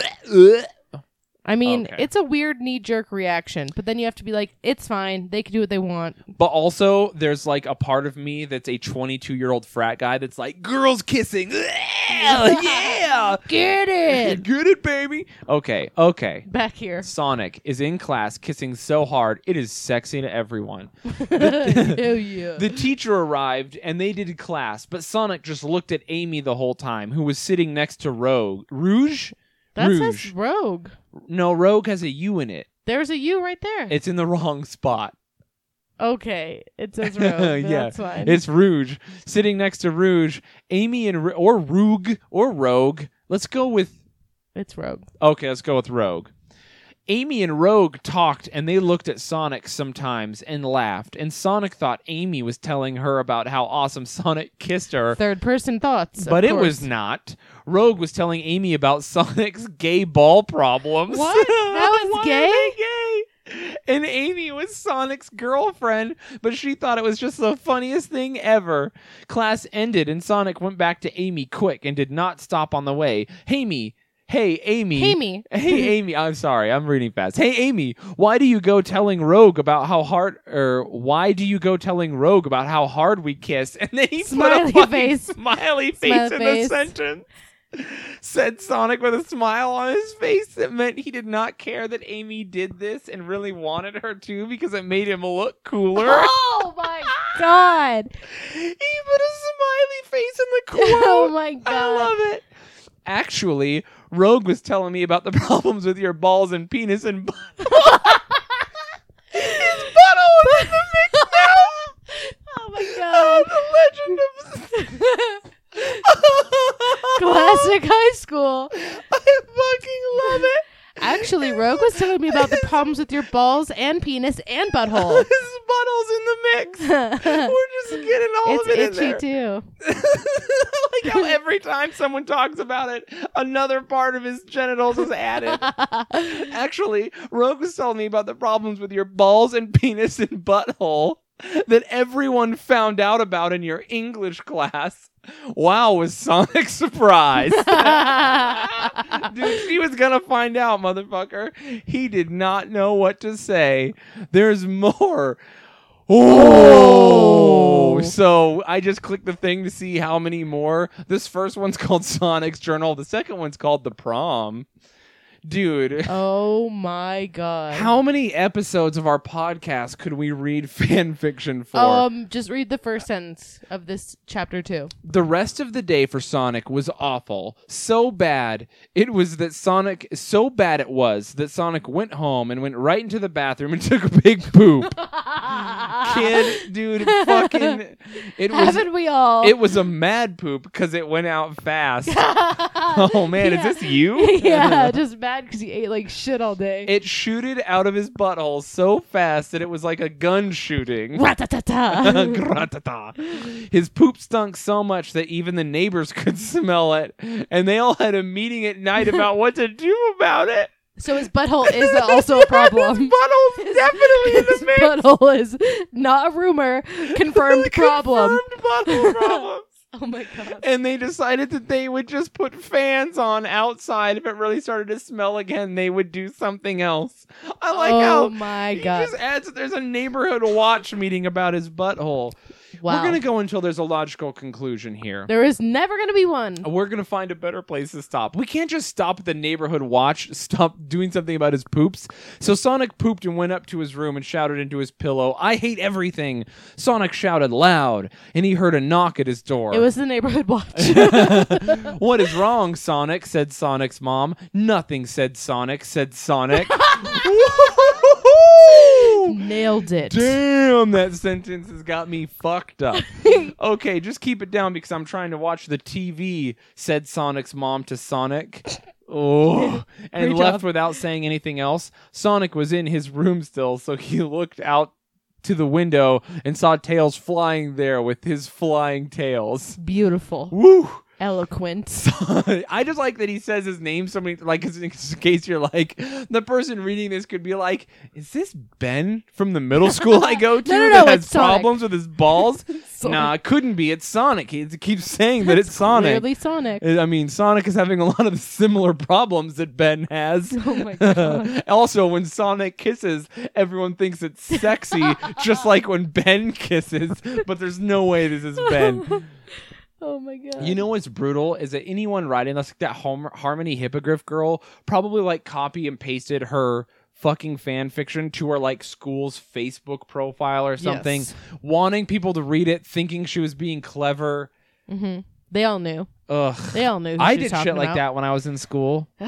I mean,
Okay.
it's a weird knee jerk reaction, but then you have to be like, it's fine. They can do what they want.
But also, there's like a part of me that's a 22 year old frat guy that's like, "Girls kissing, Ugh, yeah,
Get it!
get it, baby." Okay, okay.
Back here.
Sonic is in class kissing so hard it is sexy to everyone.
Hell yeah.
The teacher arrived and they did class, but Sonic just looked at Amy the whole time, who was sitting next to Rogue. Rouge?
that
Rouge.
says rogue.
No, Rogue has a U in it.
There's a U right there.
It's in the wrong spot.
okay. It says rogue.
yeah.
That's fine.
It's Rouge. Sitting next to Rouge, Amy and Ru- or Rogue or Rogue. Let's go with
It's rogue.
Okay, let's go with Rogue. Amy and Rogue talked and they looked at Sonic sometimes and laughed. And Sonic thought Amy was telling her about how awesome Sonic kissed her.
Third person thoughts. of
But it was
course.
not. Rogue was telling Amy about Sonic's gay ball problems.
What? That was
Why are
gay?
they gay? And Amy was Sonic's girlfriend, but she thought it was just the funniest thing ever. Class ended, and Sonic went back to Amy quick and did not stop on the way. Hey, me. Hey, Amy.
Hey, me.
Hey Amy, I'm sorry, I'm reading fast. Hey Amy, why do you go telling Rogue about how hard, or why do you go telling Rogue about how hard we kiss? And then he put a
Smiley
fucking
face.
smiley face
Smiley
in
face.
the sentence. Said Sonic with a smile on his face that meant he did not care that Amy did this and really wanted her to because it made him look cooler.
Oh my god.
he put a smiley face in the quote.
Oh my god.
I love it. Actually, Rogue was telling me about the problems with your balls and penis and butt. His butthole was in the mix now.
Oh my
Oh,
god.
the legend of
Classic high school.
I fucking love it.
Actually, Rogue was telling me about the problems with your balls and penis and butthole.
His butthole's in the mix. We're just getting all
it's
of it in
itchy
there.
too.
like how every time someone talks about it, another part of his genitals is added. Actually, Rogue was telling me about the problems with your balls and penis and butthole that everyone found out about in your English class. Wow, was Sonic surprised. Dude, she was gonna find out, motherfucker. He did not know what to say. There's more. Oh,
Oh.
so I just clicked the thing to see how many more. This first one's called Sonic's Journal. The second one's called The Prom. Dude,
Oh my god.
how many episodes of our podcast could we read fan fiction for?
Um, just read the first sentence of this chapter two.
The rest of the day for Sonic was awful. So bad. It was that Sonic so bad it was that Sonic went home and went right into the bathroom and took a big poop. Kid, dude, fucking it was
Haven't we all?
it was a mad poop because it went out fast. oh man,
Yeah.
is this you?
yeah, just mad because he ate like shit all day.
It shooted out of his butthole so fast that it was like a gun shooting.
Ratatata.
Gratata. His poop stunk so much that even the neighbors could smell it, and they all had a meeting at night about what to do about it.
so his butthole is also a problem.
His butthole's definitely in
His
the mix.
butthole is not a rumor, confirmed problem.
Confirmed butthole problems.
Oh my god.
And they decided that they would just put fans on outside. If it really started to smell again, they would do something else. I like
oh
how
my
he
god.
just adds that there's a neighborhood watch meeting about his butthole.
wow.
We're gonna go until there's a logical conclusion here.
there is never gonna be one.
We're gonna find a better place to stop. We can't just stop at the neighborhood watch. Stop doing something about his poops. So Sonic pooped and went up to his room and shouted into his pillow, "I hate everything!" Sonic shouted loud, and he heard a knock at his door.
It was the neighborhood watch.
what is wrong, Sonic? said Sonic's mom. Nothing, said Sonic. Said Sonic. Woo-hoo-hoo-hoo!
Nailed it.
Damn, that sentence has got me fucked up. okay, just keep it down because I'm trying to watch the TV, said Sonic's mom to Sonic. Oh, and
Great
left
job.
without saying anything else. Sonic was in his room still, so he looked out to the window and saw tails flying there with his flying tails.
Beautiful.
Woo!
Eloquent.
I just like that he says his name so many like 'cause in case you're like the person reading this could be like, is this Ben from the middle school I go to
No, no, no,
that has
it's Sonic.
problems with his balls?
Sonic.
nah, it couldn't be. It's Sonic. He keeps saying that it's Sonic.
Clearly Sonic.
I mean, Sonic is having a lot of similar problems that Ben has.
Oh my God.
also, when Sonic kisses, everyone thinks it's sexy, just like when Ben kisses, but there's no way this is Ben.
Oh my god.
You know what's brutal is that anyone writing that's like that Hom- Harmony Hippogriff girl probably like copy and pasted her fucking fan fiction to her like school's Facebook profile or something,
Yes.
wanting people to read it, thinking she was being clever.
hmm They all knew.
Ugh.
They all knew. Who
I
she was
did shit
talking
like
about.
that when I was in school.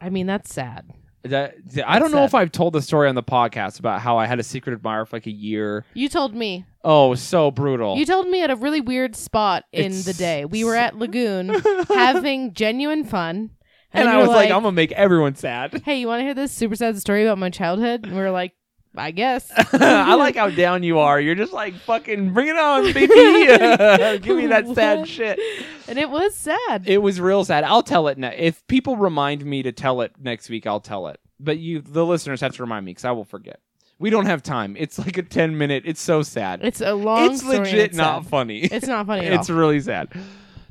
I mean, that's sad.
That, I don't know
sad.
if I've told the story on the podcast about how I had a secret admirer for like a year.
You told me.
Oh, so brutal.
You told me at a really weird spot in the
It's-
day. We were at Lagoon having genuine fun.
and
you
I
were
was like, I'm gonna make everyone sad.
hey, you want to hear this super sad story about my childhood? And we were like, I guess.
I like how down you are. You're just like fucking bring it on, baby. Give me that sad
What?
shit.
and it was sad.
It was real sad. I'll tell it ne- if people remind me to tell it next week. I'll tell it. But you, the listeners, have to remind me because I will forget. We don't have time. It's like a ten minute. It's so sad.
it's a long
it's
story and
legit
it's
not
sad.
funny.
It's not funny at
It's
all.
really sad.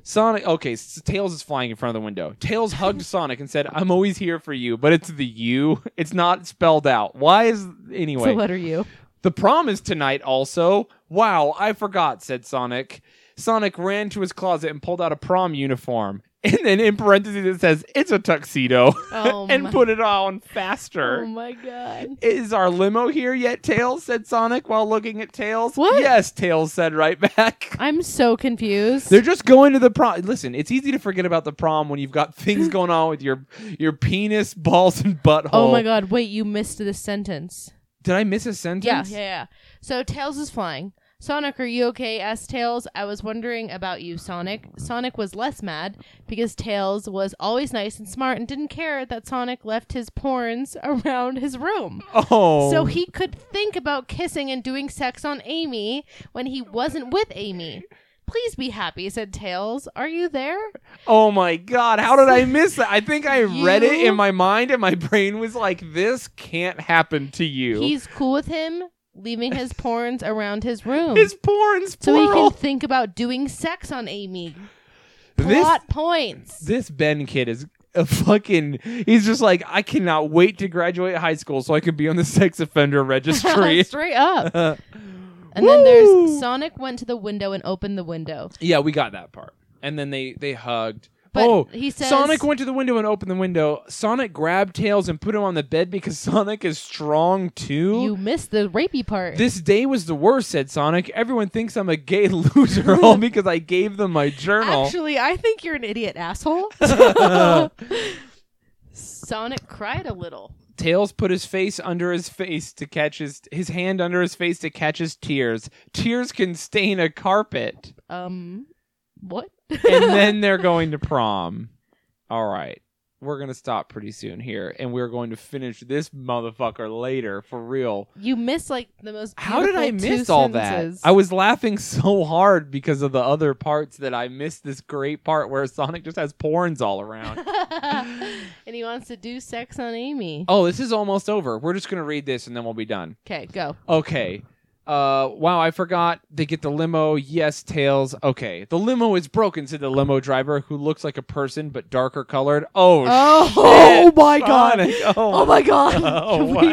Sonic, okay, s Tails is flying in front of the window. Tails hugged Sonic and said, "I'm always here for you," but it's the "you." It's not spelled out. Why is
It's
anyway?
a letter U.
The prom is tonight also. Wow, I forgot, said Sonic. Sonic ran to his closet and pulled out a prom uniform. And then in parentheses it says, it's a tuxedo.
Oh
and
my-
put it on
Oh
faster.
my god.
Is our limo here yet, Tails? said Sonic while looking at Tails.
What?
Yes, Tails said right back.
I'm so confused.
They're just going to the prom. Listen, it's easy to forget about the prom when you've got things going on with your your penis, balls, and butthole.
Oh my god, wait, you missed this sentence.
Did I miss a sentence?
Yeah, yeah, yeah. So Tails is flying. Sonic, are you okay? asked Tails. I was wondering about you, Sonic. Sonic was less mad because Tails was always nice and smart and didn't care that Sonic left his porns around his room.
Oh.
So he could think about kissing and doing sex on Amy when he wasn't with Amy. Please be happy, said Tails. Are you there?
Oh my god, how did I miss that? I think I read it
You-
in my mind and my brain was like, this can't happen to you.
He's cool with him leaving his porns around his room.
His porn's
so he
plural.
can think about doing sex on Amy.
this,
Plot points.
this Ben kid is a fucking he's just like, I cannot wait to graduate high school so I can be on the sex offender registry.
Straight up. And then there's Sonic went to the window and opened the window.
Yeah, we got that part. And then they they hugged.
But
oh,
he says-
Sonic went to the window and opened the window. Sonic grabbed Tails and put him on the bed because Sonic is strong too.
You missed the rapey part.
this day was the worst, said Sonic. Everyone thinks I'm a gay loser all because I gave them my journal.
Actually, I think you're an idiot asshole. Sonic cried a little.
Tails put his face under his face to catch his his hand under his face to catch his tears. Tears can stain a carpet.
Um, what?
and then they're going to prom. All right. We're going to stop pretty soon here and we're going to finish this motherfucker later for real.
You missed like the most.
How did I
beautiful two
miss all that?
sentences.
I was laughing so hard because of the other parts that I missed this great part where Sonic just has porns all around.
and he wants to do sex on Amy.
oh, this is almost over. We're just going to read this and then we'll be done.
Okay, go.
Okay. Uh, wow, I forgot. They get the limo. Yes, Tails. Okay. The limo is broken, said the limo driver, who looks like a person but darker colored. Oh,
Oh,
shit,
oh my God.
Sonic. Oh,
Oh my god!
Oh,
We-
what?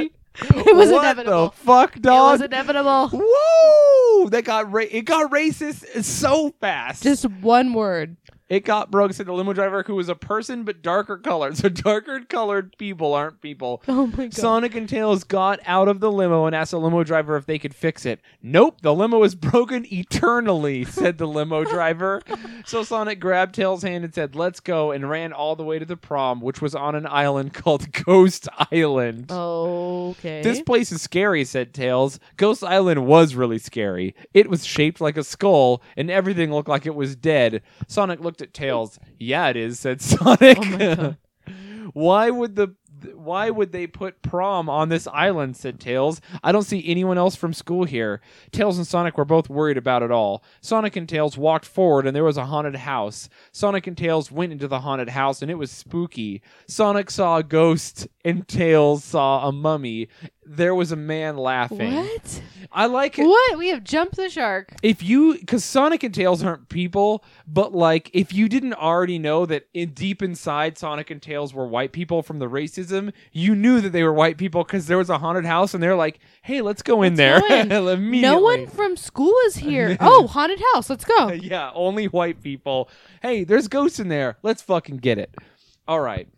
It was
what
inevitable.
the fuck,
it was
dog?
inevitable.
Whoa! That got ra- it got racist so fast.
Just one word.
it got broke, said the limo driver, who was a person but darker colored. So darker colored people aren't people.
Oh my god!
Sonic and Tails got out of the limo and asked the limo driver if they could fix it. Nope, the limo is broken eternally, said the limo driver. So Sonic grabbed Tails' hand and said, Let's go, and ran all the way to the prom, which was on an island called Ghost Island.
okay.
This place is scary, said Tails. Ghost Island was really scary. It was shaped like a skull, and everything looked like it was dead. Sonic looked at Tails. Yeah, it is, said Sonic.
Oh my God.
why would the why would they put prom on this island? said Tails. I don't see anyone else from school here. Tails and Sonic were both worried about it all. Sonic and Tails walked forward and there was a haunted house. Sonic and Tails went into the haunted house and it was spooky. Sonic saw a ghost and Tails saw a mummy. There was a man laughing.
what?
I like it.
What? We have jumped the shark.
If you, because Sonic and Tails aren't people, but like if you didn't already know that in, deep inside Sonic and Tails were white people from the racism, you knew that they were white people because there was a haunted house and they're like, hey, let's go in there.
go in.
Immediately.
No one from school is here. oh, haunted house. Let's go.
Yeah, only white people. Hey, there's ghosts in there. Let's fucking get it. All right.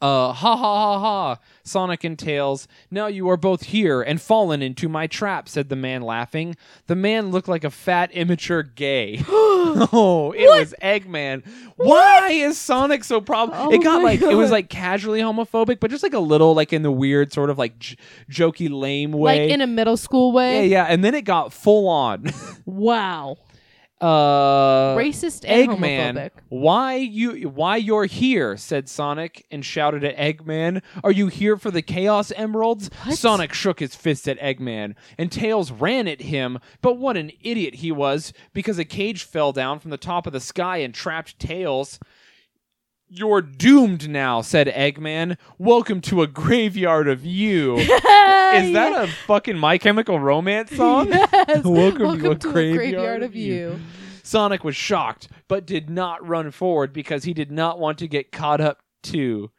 Uh, ha ha ha ha, Sonic and Tails, now you are both here and fallen into my trap, said the man, laughing. The man looked like a fat, immature gay. oh, it was Eggman. Why is Sonic so problem?
Oh
it got
my
like, it was
God.
like casually homophobic, but just like a little, like in the weird, sort of like j- jokey, lame way.
Like in a middle school
yeah,
way.
yeah, and then it got full on.
Wow.
uh,
Racist and
Eggman,
homophobic.
why you why you're here? said Sonic and shouted at Eggman. Are you here for the Chaos Emeralds? Sonic shook his fist at Eggman, and Tails ran at him. But what an idiot he was because a cage fell down from the top of the sky and trapped Tails. You're doomed now, said Eggman. Welcome to a graveyard of you. Is that a fucking My Chemical Romance song?
Yes.
Welcome to a
a
graveyard of you. Sonic was shocked, but did not run forward because he did not want to get caught up too.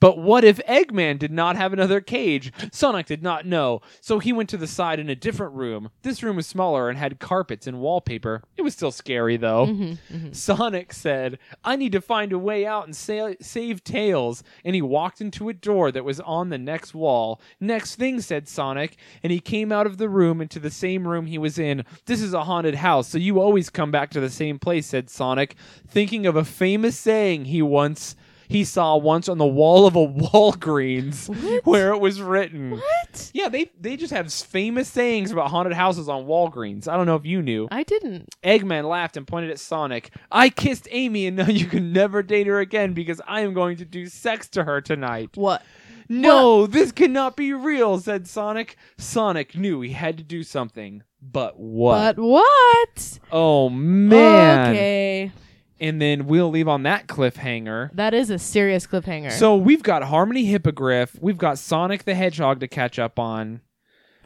But what if Eggman did not have another cage? Sonic did not know, so he went to the side in a different room. This room was smaller and had carpets and wallpaper. It was still scary, though. Hmm. Sonic said, I need to find a way out and sa- save Tails. And he walked into a door that was on the next wall. Next thing, said Sonic. And he came out of the room into the same room he was in. This is a haunted house, so you always come back to the same place, said Sonic, thinking of a famous saying he once. He saw once on the wall of a Walgreens where it was written.
What?
Yeah, they they just have famous sayings about haunted houses on Walgreens. I don't know if you knew.
I didn't.
Eggman laughed and pointed at Sonic. I kissed Amy and now you can never date her again because I am going to do sex to her tonight.
What?
No, this cannot be real, said Sonic. Sonic knew he had to do something. But what?
But what?
oh man.
Okay.
And then we'll leave on that cliffhanger.
That is a serious cliffhanger.
So we've got Harmony Hippogriff, we've got Sonic the Hedgehog to catch up on.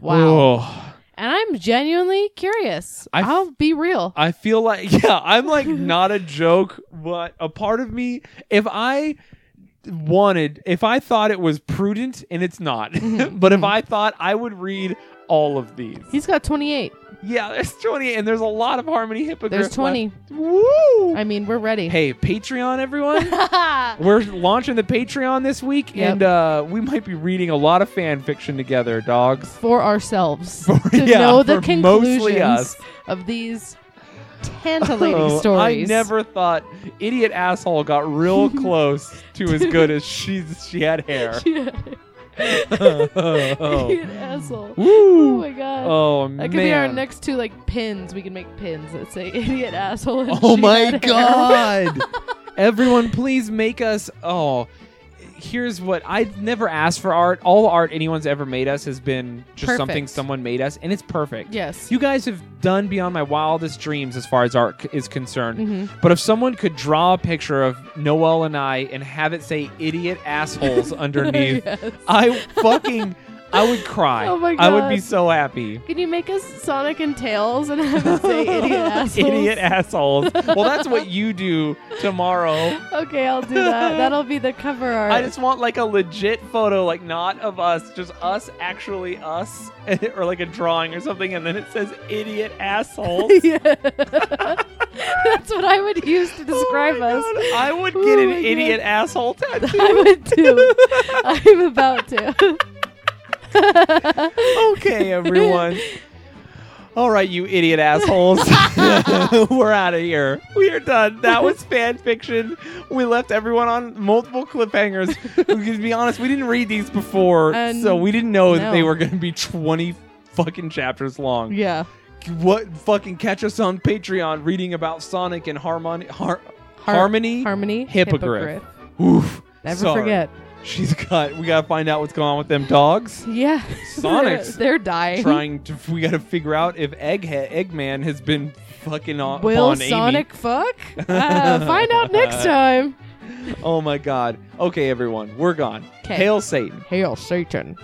wow.
Ugh.
And I'm genuinely curious.
I f-
I'll be real.
I feel like yeah, I'm like not a joke, but a part of me if I wanted, if I thought it was prudent, and it's not, but if I thought I would read all of these.
Mm-hmm. He's got 28.
Yeah, there's 20, and there's a lot of Harmony Hippogriff.
There's 20.
left. Woo!
I mean, we're ready.
hey, Patreon, everyone. We're launching the Patreon this week,
Yep.
and uh, we might be reading a lot of fan fiction together, dogs.
for ourselves to
yeah,
know the
for mostly
conclusions
us.
of these tantalating
Oh,
stories.
I never thought idiot asshole got real close to as good as she she had hair.
Yeah.
oh.
Idiot asshole. Oh
Woo!
my god.
Oh,
that
man.
could be our next two like pins. We can make pins that say idiot asshole. and
Oh
she
my
had hair.
god! Everyone, please make us. Oh, here's what I've never asked for art. All art anyone's ever made us has been just
Perfect.
something someone made us, and it's perfect.
Yes.
You guys have done beyond my wildest dreams as far as art c- is concerned.
Mhm.
But if someone could draw a picture of Noel and I and have it say idiot assholes underneath,
Yes.
I fucking I would cry.
Oh my
I would be
God.
so happy.
Can you make us Sonic and Tails and have it say idiot asshole?
Idiot assholes. well, that's what you do tomorrow.
Okay, I'll do that. That'll be the cover art.
I just want like a legit photo, like not of us, just us actually us, or like a drawing or something, and then it says idiot assholes.
Yeah. That's what I would use to describe
Oh my
us.
God, I would
Oh
get an
my God.
idiot asshole tattoo.
I would too. I'm about to.
okay, everyone. All right, you idiot assholes. We're out of here. We are done. That was fan fiction. We left everyone on multiple cliffhangers. to be honest, we didn't read these before,
And
so we didn't know that they
Uh, no.
were going to be 20 fucking chapters long.
yeah.
What fucking catch us on Patreon reading about Sonic and Harmony Har-
Har-
Harmony?
Harmony.
Hippogriff. Oof.
Never
Sorry.
forget.
She's got we got to find out what's going on with them dogs.
Yeah.
Sonics.
They're, they're dying.
trying to. We got to figure out if Egghead, Eggman has been fucking on.
Will
upon Amy.
Sonic fuck? Uh, find out next time.
Oh my God. Okay, everyone, we're gone.
'Kay.
Hail Satan.
Hail Satan.